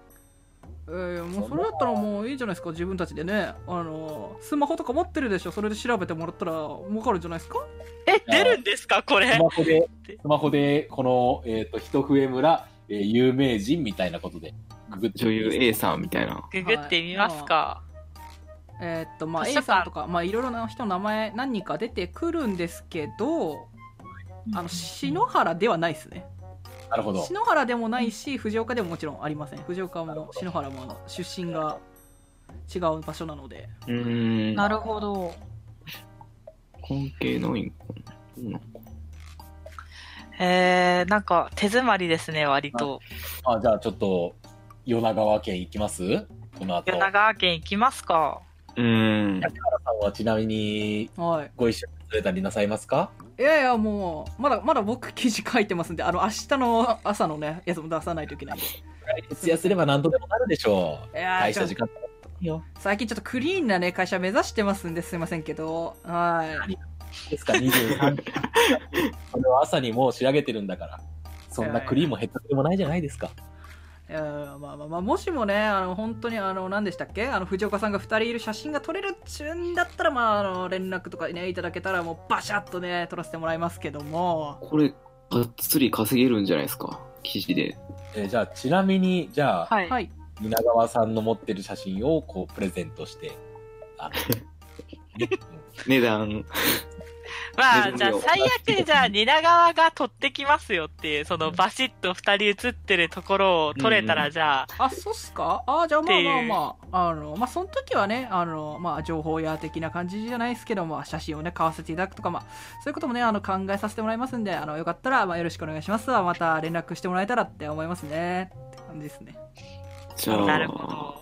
A: といやいやもうそれだったらもういいじゃないですか自分たちでねあのスマホとか持ってるでしょそれで調べてもらったら分かるんじゃないですか
C: え、出るんですかこ
B: ス
C: れ。
B: マホで、スマホで、この、えっ、と、一笛村、えー有名人みたいなことで、ググって
D: 女優 A さんみたいな。
C: ググってみますか。
A: えーっとまあ
C: 図
A: A
C: 書館
A: さんとかまあいろいろな人の名前何人か出てくるんですけどあの篠原ではないですね
B: なるほど。
A: 篠原でもないし藤岡でももちろんありません藤岡も篠原もあの出身が違う場所なので
D: うーん。
C: るほど。
D: 関係ないんかな。
C: えー、なんか手詰まりですね、割と。
B: あじゃあ、ちょっと、米川県行きますこの後。
C: 米
B: 中
C: 川県行きますか。
D: うーん。
B: 原さんはちなみに、
A: はい
B: ご一緒にされたりなさいますか
A: いやいやもうまだまだ僕記事書いてますんであの明日の朝のねやつも出さないといけないんで
B: 徹夜すれば何とでもなるでしょう。
A: いやー
B: 大した時間いいよ。
A: 最近ちょっとクリーンなね会社目指してますんですいませんけどはい
B: ですか、23時。それは朝にもう仕上げてるんだから。そんなクリームも減ったくれもないじゃないですか。
A: いやまあまあまあもしもねあの本当にあの何でしたっけあの藤岡さんが2人いる写真が撮れる順だったらまああの連絡とかねいただけたらもうバシャッとね撮らせてもらいますけども
D: これ、がっつり稼げるんじゃないですか。記事で。
B: えーじゃあ、ちなみに、じゃあ、
C: はい。
A: はい
B: 皆川さんの持ってる写真をこうプレゼントして、あのね
D: 値段。
C: まあ、
D: 大
C: じゃ
D: 丈
C: あ
D: 夫よ
C: 最悪、じゃあ、蜷川が撮ってきますよっていう、そのバシッと二人写ってるところを撮れた
D: う
C: ら、
D: ん
C: じゃあ、
A: あそうっすかあじゃあまあま
C: っ
A: あ
C: ていう
A: まああのまあその時はねあのまあ情報や的な感じじゃないですけども写真をね買わせていただくとかまあそういうこともねあの考えさせてもらいますんであのよかったらまあよろしくお願いしますまた連絡してもらえたらって思いますねって感じですね
D: じゃあ、
C: なるほど。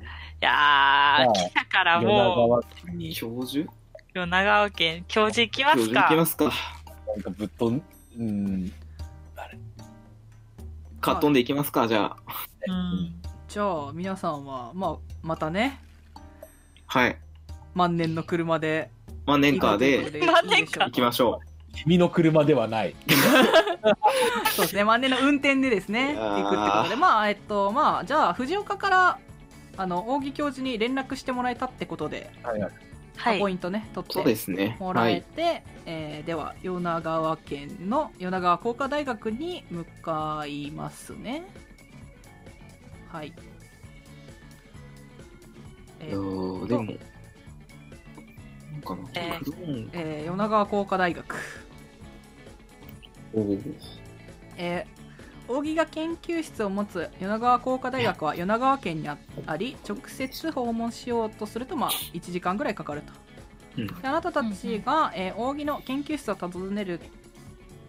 C: いやー、
B: じゃあ
C: 来たから
B: 米
C: も
B: 川県に
D: 教授
C: う、米川県、教授行きま
D: 教
C: す
D: 授行きま
C: か。
D: すか。
B: なんかぶっ飛ん、うん、
D: かっ飛んでいきますか、じゃあ。
C: うん
A: じゃあ皆さんはまあまたね
D: はい。
A: 万年の車で
D: 万年カーで
C: 万
A: いい
C: 年カー
D: 行
A: でし
D: き
A: ょうか
D: ましょ
B: 君の車ではない。
A: そうですね万年の運転でですね
D: いや
A: 行
D: ー
A: くってことでまあえっとまあじゃあ藤岡からあの扇教授に連絡してもらえたってことで、
B: はいはい
C: は
A: ポ
C: い。
A: イントね取
D: う。そう
A: っ
D: で
A: て
D: すね。
A: もら
D: は
A: え
D: い。
A: て、えーでは米川県の米川工科大学に向かいますねはいえー
D: いやーでも、なんかな。
C: えー
D: クローン
A: えー米川工科大学
D: おー
A: えー扇が研究室を持つ米川工科大学は米川県にああり直接訪問しようとするとまあ1時間ぐらいかかると、
D: うん
A: であなたたちが、えー扇の研究室を訪ねる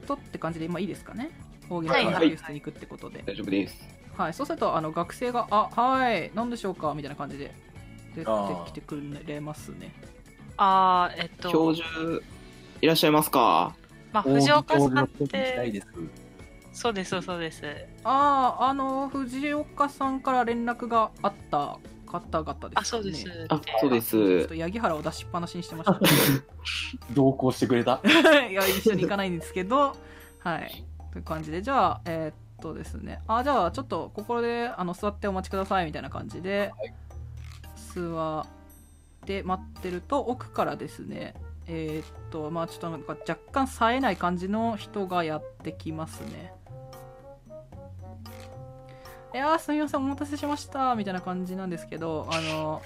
A: とって感じで今いいですかね扇の
C: はい
A: 研究室に行くってことで、はい
D: 大丈夫です。
A: そうするとあの学生が「あはい何でしょうか」みたいな感じで出てきてくれますね
C: あー、えっ
D: 教
C: と、
D: 授、いらっしゃいますか
C: まあ、藤岡さんっ
B: 行きたい
C: て、
B: です。
C: そうです、そうです。
A: あああの藤岡さんから連絡があった方々です、ね、
C: あ、そうです。
D: あ、そうで
A: ちょっ
D: す
A: と。八木原を出しっぱなしにしてました
B: 同行してくれた。
A: ね いや一緒に行かないんですけどはいという感じでじゃあえーっとですねあじゃあちょっとここであの座ってお待ちくださいみたいな感じで、座って待ってると奥からですねえーっとまあちょっとなんか若干冴えない感じの人がやってきますねいやーすみませんお待たせしましたみたいな感じなんですけどあの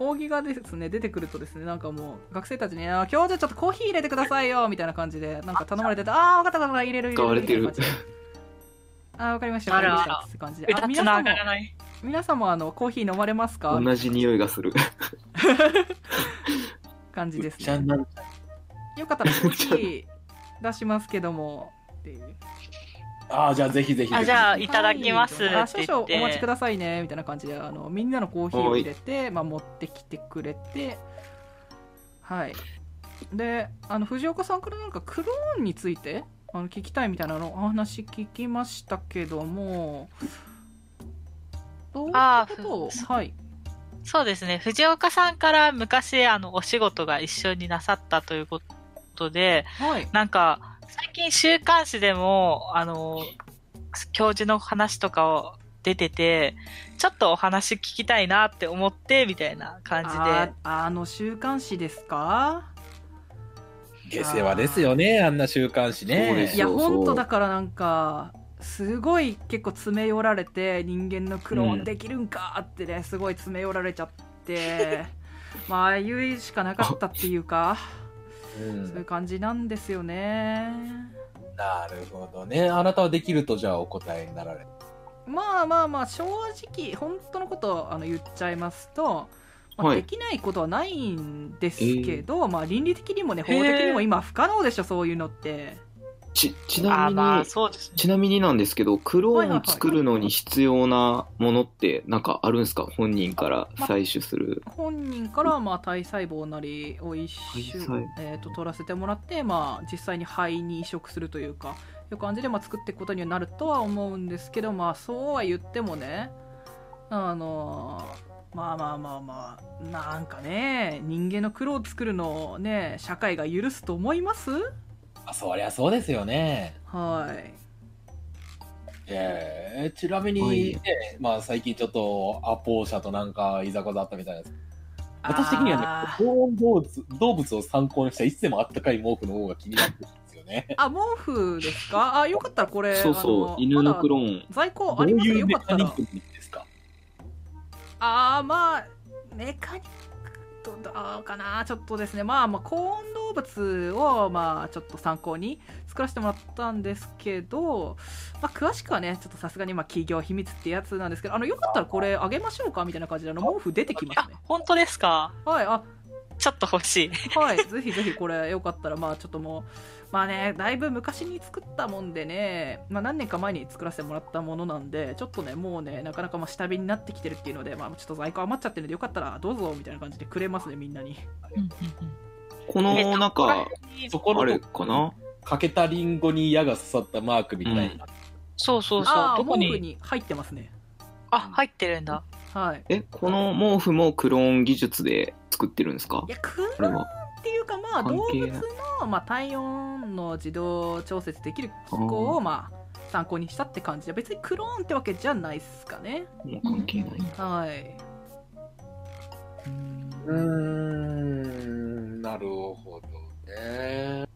A: 扇がですね出てくるとですねなんかもう学生たちに「あー教授ちょっとコーヒー入れてくださいよ」みたいな感じでなんか頼まれてて「ああ分かった分かった入れる入れる」
D: 使われてる
A: みたいな感じであーわかりましたわかりましたって感じで
C: うた
A: あ
C: つ
A: 皆
C: の
A: さ
C: 上
A: ん
C: が
A: も
C: らない。
A: 皆さんもあのコーヒー飲まれますか
D: 同じ匂いがする。
A: 感じです
B: ちゃ
A: ね
B: んなん
A: よかったらコーヒー出しますけどもっていう
B: ああ、じゃあぜひぜひぜひ。
C: あ、じゃあ、いただきますって
A: あ
C: 言
A: 少
C: っ
A: 々お待ちく
C: て。
A: ださいねみたいな感じであのみんなのコーヒーを入れて、まあ、持ってきてくれてはいであの藤岡さんからなんかクローンについてあの聞きたいみたいなのお話聞きましたけどもどういう
C: あー
A: こと
C: ふ
A: はい
C: そうですね。藤岡さんから昔、あの、お仕事が一緒になさったということで、
A: はい
C: なんか、最近週刊誌でも、あの、教授の話とかを出てて、ちょっとお話聞きたいなって思って、みたいな感じ
A: あ
C: で。
A: ーあの週刊誌ですか
B: 下世話ですよね、あんな週刊誌
D: そう
B: ね
D: で。
A: い
D: す
A: や
D: よそう
A: 本当だからなんかすごい結構詰め寄られて人間の苦労
B: うん
A: できるんかってね、すごい詰め寄られちゃってまあああいうしかなかったっていうか
B: う、
A: そういうん感じなんですよね
B: なるほどね。あなたはできるとじゃあお答えになられる。
A: まあまあまあ正直本当のことをあの言っちゃいますと、まあ
D: はい
A: できないことはないんですけど、まあ倫理的にもね法的にも
C: へえ
A: 今不可能でしょそういうのって
D: ち、ち
C: あー
D: なみ
C: ま
D: に
C: あ、、そうですね。
D: ちなみになんですけど、クローン作るのに必要なものってなんかあるんですか本人から採取する。
A: 本人からまあ体細胞なりを一
D: 体
A: 種
D: 細胞、
A: えー、と取らせてもらって、まあ、実際に肺に移植するというかいう感じで、まあ、作っていくことにはなるとは思うんですけど、まあ、そうは言ってもねあのーまあまあまあまあなんかね人間の苦労を作るのをね社会が許すと思います
B: あ、そりゃそうですよね。
A: はい
B: えー、ちなみに、
D: はい
B: ねまあ最近ちょっとアポー社となんかいざこざあったみたいなんです私的にはね
A: あー
B: 高温動物動物を参考にしたいつでもあったかい毛布の方が気になってるんですよね
A: あ毛布ですかあよかったらこれ
D: そう
A: あ
D: そう、
A: の
D: 犬のクロ
A: まだ
D: ーン。
A: 在
B: ど
A: 庫あ
B: う
A: ります
B: い
A: よ
B: う
A: よ
B: メ
A: かっ
B: カ
A: た
B: ニ
A: ら
B: ックなんですか
A: ああまあメカニックとどうかなちょっとですねまあまあ高温動物をまあちょっと参考に作らせてもらったんですけど、まあ、詳しくはねちょっとさすがにまあ企業秘密ってやつなんですけどあのよかったらこれあげましょうかみたいな感じであの毛布出てきます
C: あ
A: ね、
C: 本当ですか
A: はいあ
C: ちょっと欲しい。
A: はい、ぜひぜひこれよかったらまあちょっともうまあねだいぶ昔に作ったもんでね、まあ、何年か前に作らせてもらったものなんでちょっとねもうねなかなかまあ下火になってきてるっていうので、まあ、ちょっと在庫余っちゃってるんでよかったらどうぞみたいな感じでくれますねみんなに
D: こ
C: え
D: の、なんか、
B: そこ
D: あ
B: の
D: れかな
B: かけたリンゴに矢が刺さったマークみたいな、
C: そうそうそ
A: あ
C: う。
A: あ
C: どこ
A: 毛布
C: に
A: に入ってますね
C: あ、入ってるんだ。
A: はい
D: え、この毛布もクローン技術で作ってるんですか
A: いやク
D: こ
A: ロ
D: れ
A: ーンっ
D: は。
A: ていうかまあ動
D: 関係
A: 物
D: ない
A: の、まあ、体温の自動調節できる機構をまあ参考にしたって感じで別にクローンってわけじゃないっすかね
D: もう関係ない。
A: はい
B: うーんなるほどね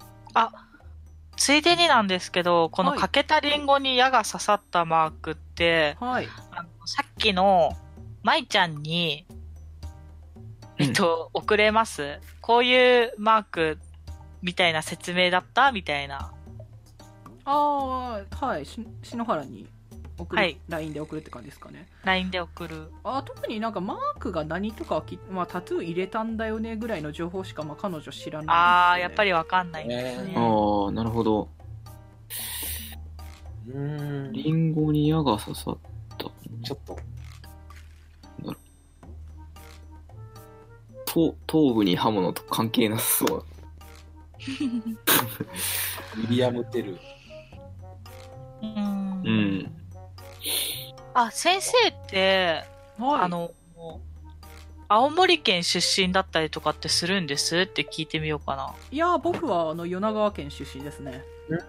C: ついでになんですけど、この
A: はい
C: 欠けたリンゴに矢が刺さったマークって、
A: はい
C: あのさっきの舞ちゃんに、えっと、送れますこういうマークみたいな説明だったみたいな。
A: ああはいし篠原に送る、
C: はい
A: LINE で送るって感じですかね
C: LINE で送る。
A: あー特になんかマークが何とかはき、まあ、タトゥー入れたんだよねぐらいの情報しかまあ彼女知らないです、ね、
C: あー、やっぱりわかんないんですね。
B: ね
D: ああ、なるほど。
B: うーん
D: リンゴに矢が刺さった。
B: ちょっと
D: と頭部に刃物と関係なさそう。
B: ウィリアム・テル
C: う。
D: うんん。。
C: あ、先生って、
A: はい
C: あの、青森県出身だったりとかってするんですって聞いてみようかな。
A: いやー僕はあの米川県出身ですね、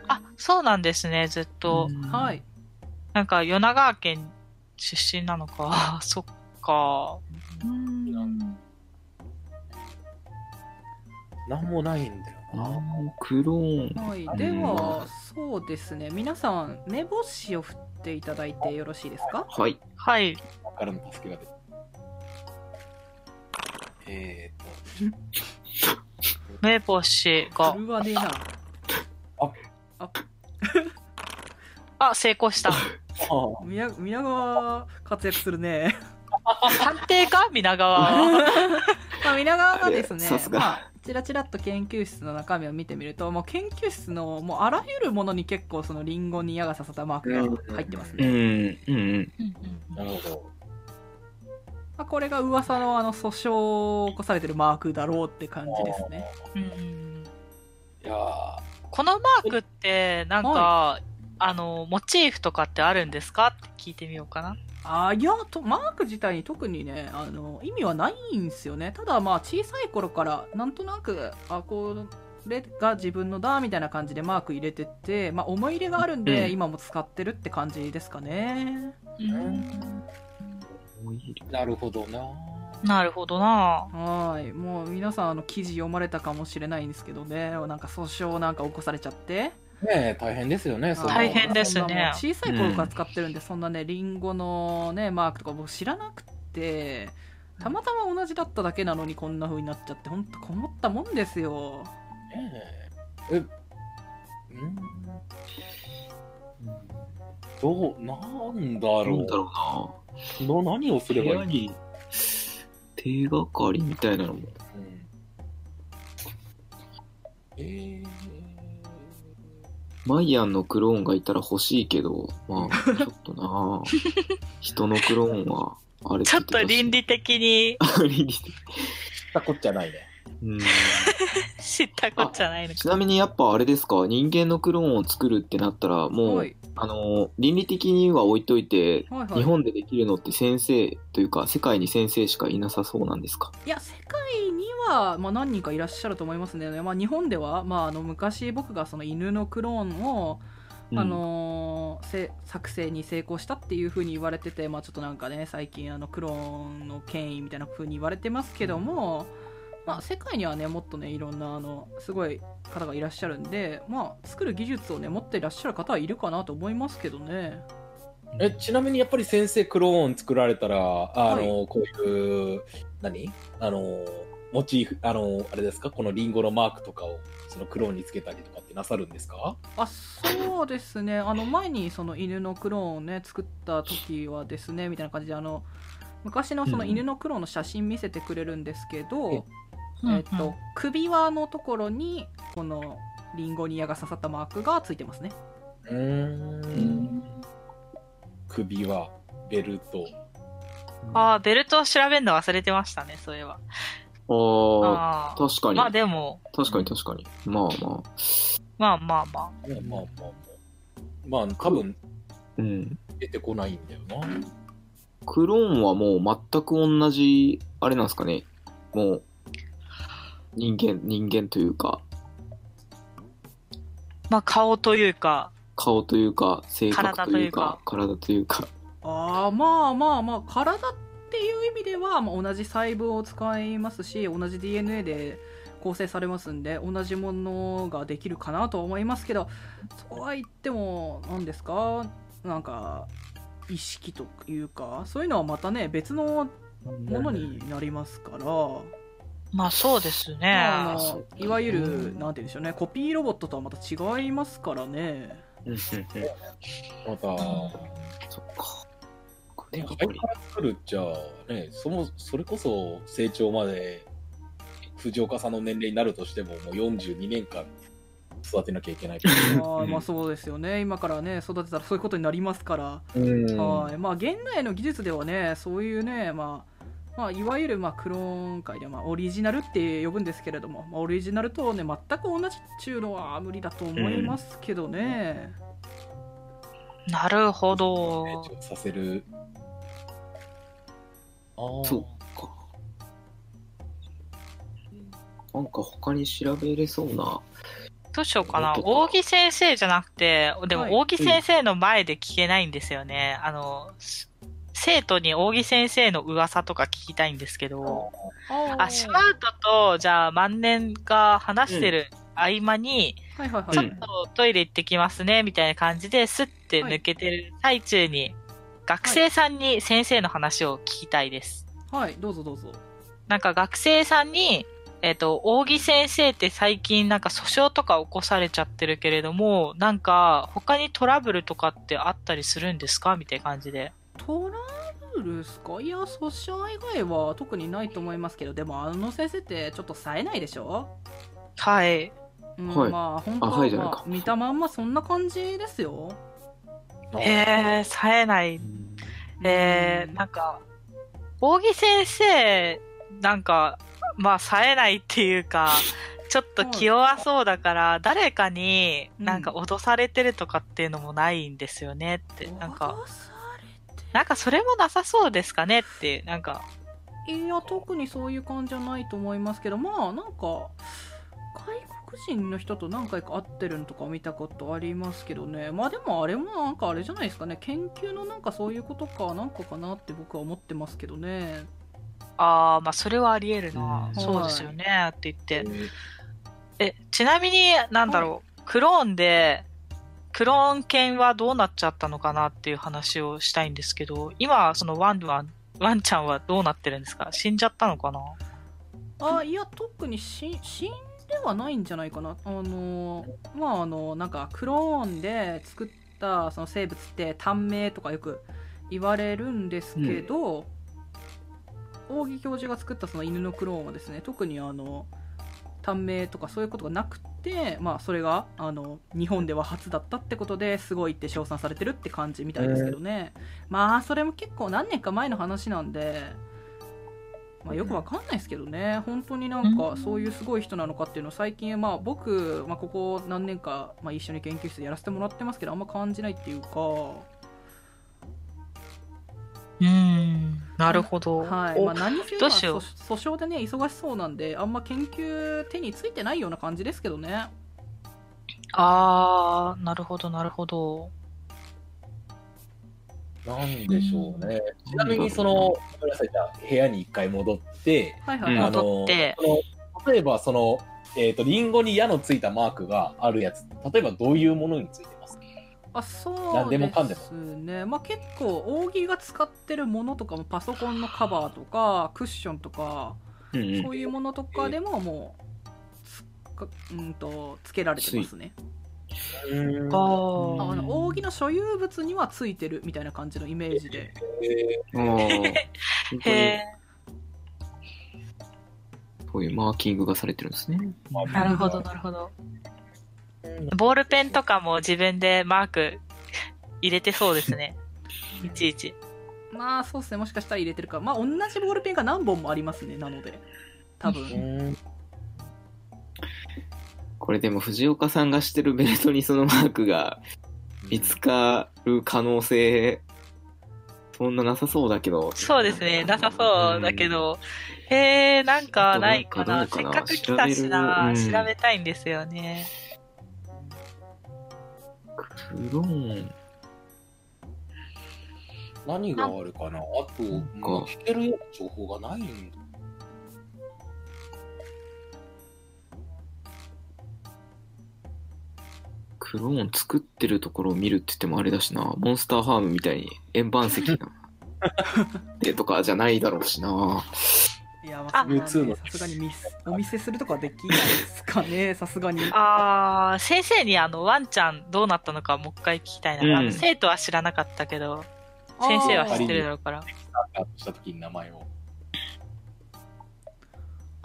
C: あ、そうなんですね、ずっと。
A: はいい
C: なんか、米長県出身なのか。 そっか。
B: なんなんもないんだよ
D: あ
B: な
D: ークローン。
A: はい
D: うん
A: ではそうですね皆さん目星を振っていただいてよろしいですか
D: はい。
C: はい。
B: からの助けが出てえー、
C: 梅干しが
A: それはねえな。
C: あ成功した
B: っと、
A: 宮宮川活躍するね。
C: 探偵か皆川
A: まあ皆川がです
D: いやさす
A: ね、
D: が
A: まあちらちらっと研究室の中身を見てみると、もう研究室のもうあらゆるものに結構そのリンゴに矢が刺さったマークが入ってます
D: う
A: ね。
D: ん、うん、うん。
B: なるほど。
A: まあこれが噂のあの訴訟を起こされてるマークだろうって感じですね。
C: うん
B: いやー
C: このマークってなんか、あのモチーフとかってあるんですかって聞いてみようかな
A: あいやとマーク自体に特にねあの意味はないんですよねただまあ小さい頃からなんとなくあこれが自分のだみたいな感じでマーク入れてって、まあ、思い入れがあるんで、
D: うん
A: 今も使ってるって感じですかね
B: んなるほどな。
C: なるほどな
A: はいもう皆さんあの記事読まれたかもしれないんですけどねなんか訴訟なんか起こされちゃって
B: ねえ、大変ですよね、その
C: 大変ですね
A: そんなもう小さい頃から使ってるんで、そんなねリンゴのねマークとか僕知らなくてたまたま同じだっただけなのにこんな風になっちゃってほんと困ったもんですよ
B: ねえ。え、うんどう、なんだ
D: な
B: ろ
D: んだろ
B: う。の何をす
D: うな。
B: れ
D: 部
B: ば
D: 屋
B: いい
D: に手がかりみたいなのも。
B: うんえー、
D: マイアンのクローンがいたら欲しいけど、まあ、ちょっと な人のクローンは、あれ
C: ちょっと倫
D: 理。
C: 理的に
D: 倫理
B: たこっちゃないね。
D: うん
C: 知ったこっちゃないのか
D: ちなみにやっぱあれですか、人間のクローンを作るってなったら、も
A: は
D: う、
A: い
D: あの、倫理的には置いといて、
A: はいはい
D: 日本でできるのって先生というか、世界に先生しかいなさそうなんですか。
A: いや世界には、まあ、何人かいらっしゃると思いますね、まあ、日本では、まあ、あの昔僕がその犬のクローンを、
D: うん
A: あのーせ作成に成功したっていう風に言われてて、まあ、ちょっとなんかね最近あのクローンの権威みたいな風に言われてますけども、まあ、世界にはねもっとねいろんなあのすごい方がいらっしゃるんで、まあ、作る技術をね持っていらっしゃる方はいるかなと思いますけどね
B: え、ちなみにやっぱり先生クローン作られたら、あの、こういう、何あの、モチーフ、あの、あれですかこのリンゴのマークとかを、そのクローンにつけたりとかってなさるんですか
A: あそうですねあの前にその犬のクローンをね作った時はですねみたいな感じであの昔のその
D: うん
A: 犬のクローンの写真見せてくれるんですけど、
C: うん
A: えっと、首輪のところにこのリンゴに矢が刺さったマークがついてますね
B: うーん。首輪、ベルト。
C: ああベルトを調べるの忘れてましたねそういえば
D: あ
C: あ
D: あ、
C: あ
D: 確かに。
C: まあでも
D: 確かに確かに。まあまあ。
C: まあまあま
B: まあまあまあまあ。まあ、多分
D: うん。
B: 出てこないんだよな。
D: クローンはもう全く同じ、あれなんですかね。もう、人間、人間というか、
C: あまあ顔というか
D: 顔というか、性格というか、体というか。
A: ああまあまあまあ体っていう意味では、まあ、同じ細胞を使いますし同じ DNA で構成されますんで同じものができるかなとは思いますけどそうは言っても何ですかなんか意識というかそういうのはまたね別のものになりますから、
C: まあそうですね
A: まああ
D: そ
A: の
D: う
A: いわゆるなんて言うんでしょうねコピーロボットとはまた違いますからね。
D: うんうんうんそ
B: また、
D: っか。こ
B: ね、
D: れ
B: あ
D: は
B: れから作るっちゃ、ね、そもそれこそ成長まで藤岡さんの年齢になるとしても、もう42年間育てなきゃいけないか
A: あー
D: うん
A: まあそうですよね今からね育てたらそういうことになりますから、
B: ら。うん
A: はいまあ、現代の技術ではねそういうね、まあまあ、いわゆるまあクローン界ではまあオリジナルって呼ぶんですけれども、まあ、オリジナルとね全く同じっちゅうのは無理だと思いますけどね、
C: なるほ
B: 成
C: ど
B: 長させる。ああ。
D: そうか。なんか他に調べれそうな。
C: どうしようかな
D: もっとか
C: 扇先生じゃなくてで
A: はい
C: も扇先生の前で聞けないんですよね、あのし生徒に扇先生の噂とか聞きたいんですけど
A: あー
C: あシマウトとじゃあ万年が話してる合間に、
A: はいはいはい、
D: ち
C: ち
D: ょ
C: ょっとトイレ行ってきますねみたいな感じでスッて抜けてる最中に、学生さんに先生の話を聞きたいです、
A: はいどうぞどうぞ
C: なんか学生さんに、えっ、と、扇先生って最近なんか訴訟とか起こされちゃってるけれども、なんか他にトラブルとかってあったりするんですかみたいな感じで。
A: トラブルですかいや訴訟以外は特にないと思いますけどでもあの先生ってちょっと冴えないでしょ、
C: はい。
A: うん
D: はい
A: まあ本当
D: あはいじゃないか
A: まあ見たまんまそんな感じですよ
C: へえ、冴えない。え
A: うん
C: ー、なんか、扇先生、なんか、まあ、冴えないっていうか、ちょっと気弱そうだから、誰かになんか脅されてるとかっていうのもないんですよねって、なんか、
A: 脅さ
C: なんかそれもなさそうですかねって、なんか、
A: れいや特にそういう感じはないと思いますけどまあなんか外国人の人と何回か会ってるのとか見たことありますけどねまあでもあれもなんかあれじゃないですかね研究のなんかそういうことかなんかかなって僕は思ってますけどね
C: ああ、まあそれはあり得るな、
B: うん
C: そうですよね、って言って。
B: うん
C: え、ちなみになんだろう、クローンで、クローン犬はどうなっちゃったのかなっていう話をしたいんですけど、今、そのワンワン、ワンちゃんはどうなってるんですか死んじゃったのかな
A: あいや特にし死んではないんじゃないかなあのーまああのなんかクローンで作ったその生物って短命とかよく言われるんですけど、扇教授が作ったその犬のクローンはですね特にあの短命とかそういうことがなくて、まあ、それがあの日本では初だったってことですごいって称賛されてるって感じみたいですけどね、まあそれも結構何年か前の話なんで、まあ、よくわかんないですけどね本当になん
C: う
A: か
C: ん
A: そういうすごい人なのかっていうのを最近、まあ、僕、まあ、ここ何年か、まあ、一緒に研究室でやらせてもらってますけどあんま感じないっていうか。
C: うーん、なるほど。
A: はい
C: お
A: まあ、何せ
C: どうしよう
A: 今訴訴訟でね忙しそうなんであんま研究手についてないような感じですけどね
C: あー、なるほど、なるほど。
B: なんでしょうね。ちなみに、その、ごめんなさい、じゃあ部屋に一回戻って、
A: はいはい、
D: うん
A: はい
B: あの
C: 戻って
B: その例えば、その、えっ、と、リンゴに矢のついたマークがあるやつ、例えばどういうものについてますか
A: あそう
B: 何
A: で
B: ですもかんで
A: ね、まあ、結構扇が使ってるものとかもパソコンのカバーとかクッションとか
D: うんう
A: そういうものとかでももうつかうんとつけられてますね
C: あ
A: あ
C: ー。
A: の扇の所有物にはついてるみたいな感じのイメージで
B: え
D: ん。あー本当
C: へ
D: に
C: え、
D: こういうマーキングがされてるんですね。
B: ーまあ
C: なるほど、なるほど。ボールペンとかも自分でマーク入れてそうですね。いちいち。
A: まあそうですねもしかしたら入れてるかまあ同じボールペンが何本もありますねなので多
B: う
A: 分
B: ん
D: これでも藤岡さんがしてるベルトにそのマークが見つかる可能性、そんななさそうだけど。
C: そうですね。なさそうだけど。へえ、なんかないかな。
D: ち
C: せっ
D: ょっとなんか
C: か
D: どうかな
C: く来たしな。
D: 調べるうん
C: 調べたいんですよね。
D: うん。クローン。
B: 何があるかなあと、もう聞けるような情報がないんだ。
D: クローン作ってるところを見るって言ってもあれだしな。モンスターファームみたいに円盤石 な。でとかじゃないだろうしな。
A: いやまあそんなね
B: 普通の
A: さすがに見せお見せするとかはできないですかねさすがに
C: あー、先生にあの、ワンちゃんどうなったのかもう一回聞きたいな。あ
D: う
C: の
D: ん
C: 生徒は知らなかったけど、先生は知ってるだろうから。
B: あっした時に名前を。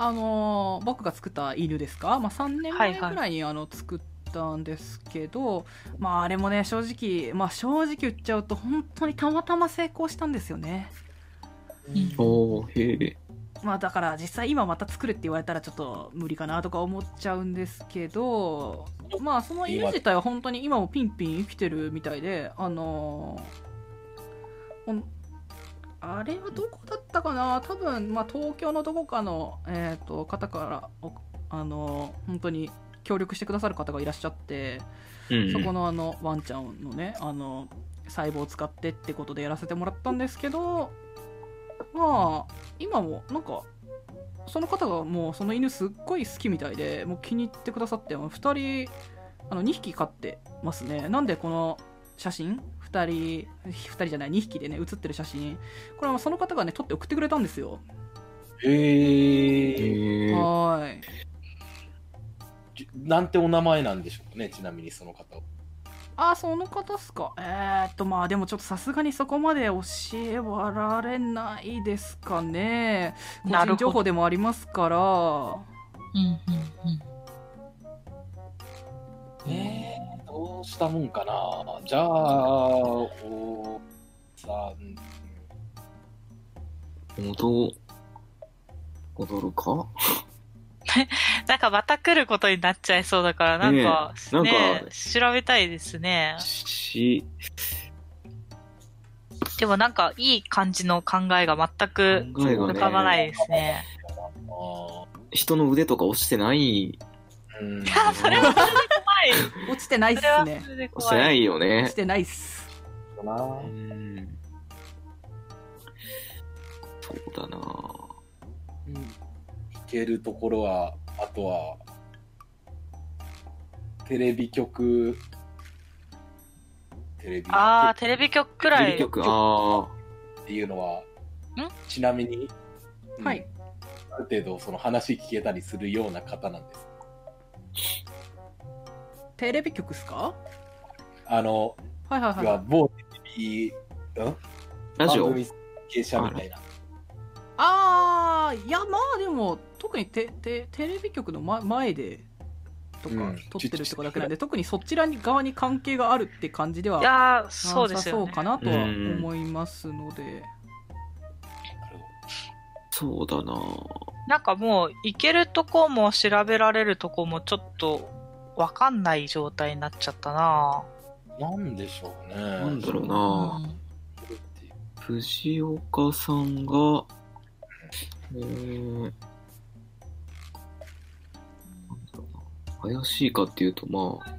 A: あのー僕が作った犬ですか、まあ、3年
C: はい
A: 前
C: は
A: ぐ
C: い
A: らいにあの作ったんですけど、まああれもね正直、まあ、正直言っちゃうと本当にたまたま成功したんですよね、
C: うん
D: おー、へえ。
A: まあ、だから実際今また作るって言われたらちょっと無理かなとか思っちゃうんですけどまあその犬自体は本当に今もピンピン生きてるみたいであのーほんあれはどこだったかな多分、まあ、東京のどこかの、えー、と方からおあのー本当に協力してくださる方がいらっしゃって
D: うん
A: そこのあのワンちゃんのねあの細胞を使ってってことでやらせてもらったんですけどまあ今もなんかその方がもうその犬すっごい好きみたいでもう気に入ってくださってもう2人あの2匹飼ってますねなんでこの写真2人2人じゃない2匹でね写ってる写真これはその方がね撮って送ってくれたんですよ
B: へえ。
D: へー
A: はーい。
B: じなんてお名前なんでしょうかね、ちなみにその方は。
A: あ、その方っすか。えー、っと、まあでもちょっとさすがにそこまで教えはられないですかね。個
C: なるほど
A: 人情報でもありますから。
C: うんうんうん。
B: えー、どうしたもんかな。じゃあ、おさん、
D: 戻、戻るか
C: なんかまた来ることになっちゃいそうだから、なんか、
D: ねえなんか
C: ねえ調べたいですね。
D: し、
C: でもなんか、いい感じの考えが全く
D: 考えがね
C: 浮かばないですね。
B: あ
D: 人の腕とか落ちてない、
B: ーうん。
C: あ、 それはそれで怖い。
A: 落ちてないっ
C: そ
A: す
C: れは
A: ね
C: そ。れで
D: 落ちて
C: 怖。
D: ないいよ
A: 落
D: ね
A: ち。てないっす。
B: かな
D: うんそうだな
B: 行けるところは、あとは、テレビ局、テレビ
C: ああ、テレビ局くら
D: テレビ
C: い。
D: 局、あ
B: っていうのは、ちなみに、うん
A: はい。
B: ある程度その話聞けたりするような方なんです。
A: テレビ局っすか
B: あの、
A: はいはい
B: いや
A: はい。
B: 某テレビ、うん
D: あ、ラジ
B: 番
D: オ
B: 組経営者みたいな。
A: あー、いや、まあでも、特にテテテレビ局の前前で。とか
B: うん
A: 撮ってるってことだけなんで、特にそちらに側に関係があるって感じではい
C: やー、
A: な
C: そうで
A: さ
C: す
A: そ
C: よ、
A: う
C: ね。
A: かなとは思いますので、
D: そうだな
C: なんかもう、行けるとこも調べられるとこもちょっと、わかんない状態になっちゃったな
B: なんでしょうね。
D: なんだろう
C: う
D: なん藤岡さんが、えー、なんだろうな怪しいかっていうと、まあ、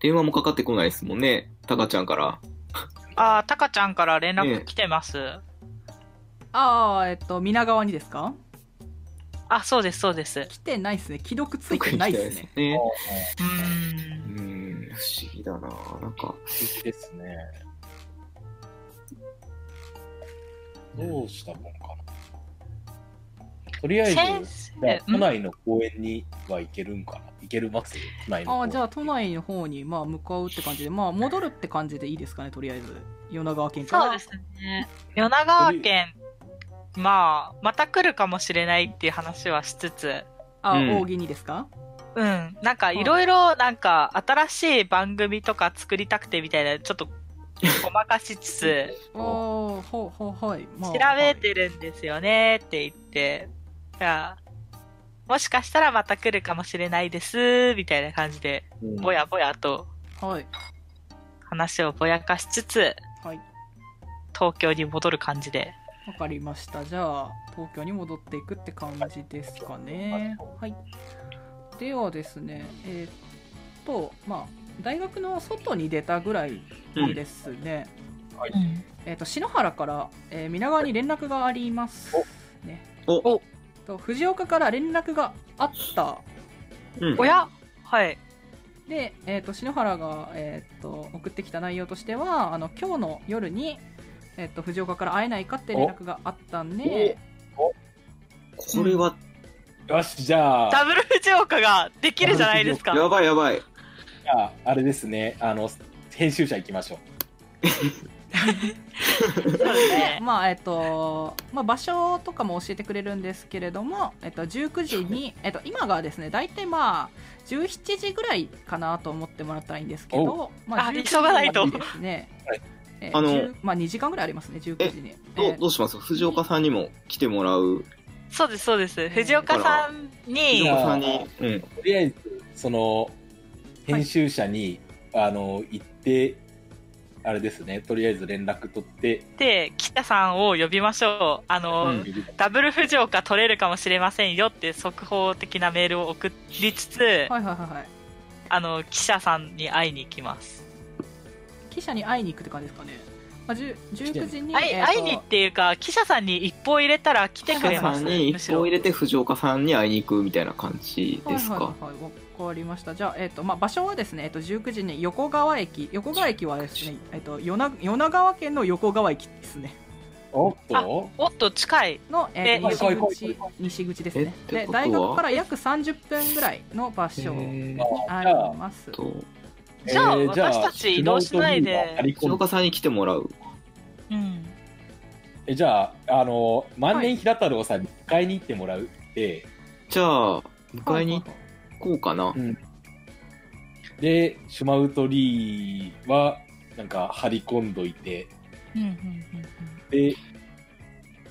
D: 電話もかかってこないですもんね、タカちゃんから。
C: ああ、タカちゃんから連絡来てます。
A: ああえっと皆側にですか
C: あ、そうです、そうです。う
A: 来てないですね既読ついてないですね
D: ね。
C: ー。
D: うんん、不思議だななん
B: う
D: か、
B: んですね。どうしたもんかな。とりあえず、
C: 先生、
B: 都内の公園には行けるんかな行けるます都内の
A: あ
B: 公
A: あ
B: 園
A: じゃあ都内の方にまあ向かうって感じでまあ戻るって感じでいいですかねとりあえず米川県から
C: そうですね。米川県、まあ、また来るかもしれないっていう話はしつつ、
A: あ、
D: うん
A: 大喜にですか
C: うん、なんか
A: い
C: いろいろ、なんか新しい番組とか作りたくてみたいな、ちょっとごまかしつ つ、
A: ああほうほうはい、まあ、
C: 調べてるんですよねって言って、じゃあ、もしかしたらまた来るかもしれないです、みたいな感じで、
B: うん
C: ぼやぼやと
A: はい
C: 話をぼやかしつつ、
A: はい
C: 東京に戻る感じで。
A: わかりましたじゃあ東京に戻っていくって感じですかねはいではですねえーっとまあ大学の外に出たぐらいですね、えー、と篠原から、えー皆川に連絡があります、ね、
D: お
A: と藤岡から連絡があった
D: うん
C: おやはい。
A: で、えー、と篠原が、えー、と送ってきた内容としてはあの今日の夜に、えー、と藤岡から会えないかって連絡があったんで
D: これは、
B: よしじゃあ
C: ダブル藤岡ができるじゃないですか。
D: やばいやばい。
B: じゃああれですねあの編集者行きましょう
C: そうです
A: で
C: ね。
A: まあえっ、と、まあ、場所とかも教えてくれるんですけれども、えっと、19時に、えっと、今がですね大体まあ17時ぐらいかなと思ってもらったらいいんですけど、ま
C: あ
A: 19
C: 急がないと
A: 時ですね
B: はい
A: え
D: あの
A: 10まあ、2時間ぐらいありますね19時にえ
D: どうどうします藤岡さんにも来てもらう。
C: そうです、そうです。藤岡さん
D: 藤
C: に
B: や、
D: 岡さんに。うん。
B: とりあえずその編集者に、あの行ってあれですねとりあえず連絡取って、
C: で、北さんを呼びましょう。あの、
D: うん
C: ダブル藤岡取れるかもしれませんよって速報的なメールを送りつつ、
A: はいはいはいはい
C: あの、記者さんに会いに行きます。
A: 記者に会いに行くって感じですかね、まあ、10 19時に、
C: 会い
A: えっと
C: 会いにっていうか、記者さんに一報入れたら来てく
D: 藤
C: れ
D: 岡
C: ま
D: さ
C: す。
D: んに
C: む
D: 一
C: しろ
D: 本入れて藤岡さんに会いに行くみたいな感じですか。
A: はいはいはいはい、わかりました。じゃあ、えっ、と、まあ、場所はですね、えっ、と、19時に横川駅、横川駅はですね、えっ、と、米な、米川県の横川駅ですね。
B: おっと
C: おっと、近い。
A: の、えーと
C: え
A: 西
B: はいはい
A: 口西口ですね
D: えって
A: で
D: ことは
A: 大学から約30分ぐらいの場所に
D: えーっ
A: あります
D: と、
C: じゃあ私たち移動しないで
D: 藤岡さんに来てもらう。
C: うん。
B: えじゃあ、あの、万年平太郎さんに迎えに行ってもらうって、
D: じゃあ、迎えに
A: ほうほうほう
D: 行こうかな。
B: で、シュマウトリーは、なんか、張り込んどいて、
C: うんうんうん
B: で、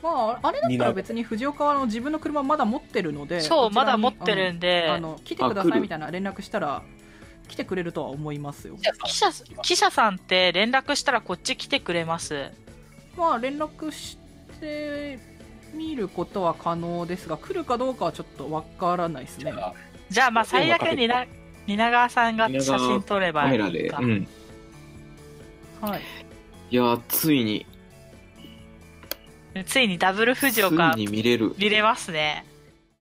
A: まああれだったら別に藤岡はあの自分の車まだ持ってるの
C: う
A: で
C: ん、そ
A: こ
C: う、
A: ちら
C: ま
A: に
C: だ持ってるんで、
A: あの来てくだ
D: あ来
A: さい
D: る
A: みたいな連絡したら来てくれるとは思いますよ
C: 記者、記者さんって連絡したらこっち来てくれます。
A: まあ連絡してみることは可能ですが来るかどうかはちょっとわからないです
B: じ
A: ね
B: ゃあ、
C: じゃあ、まあ、最悪にな、蜷川さんが写真撮れ
D: カ
C: ばい
D: メ
C: い
D: ラで。
C: か。
D: うん。
A: はい
D: いやー、ついに、
C: ついにダブル
D: つ
C: 藤
D: い
C: 岡
D: に見れる。
C: 見れますね。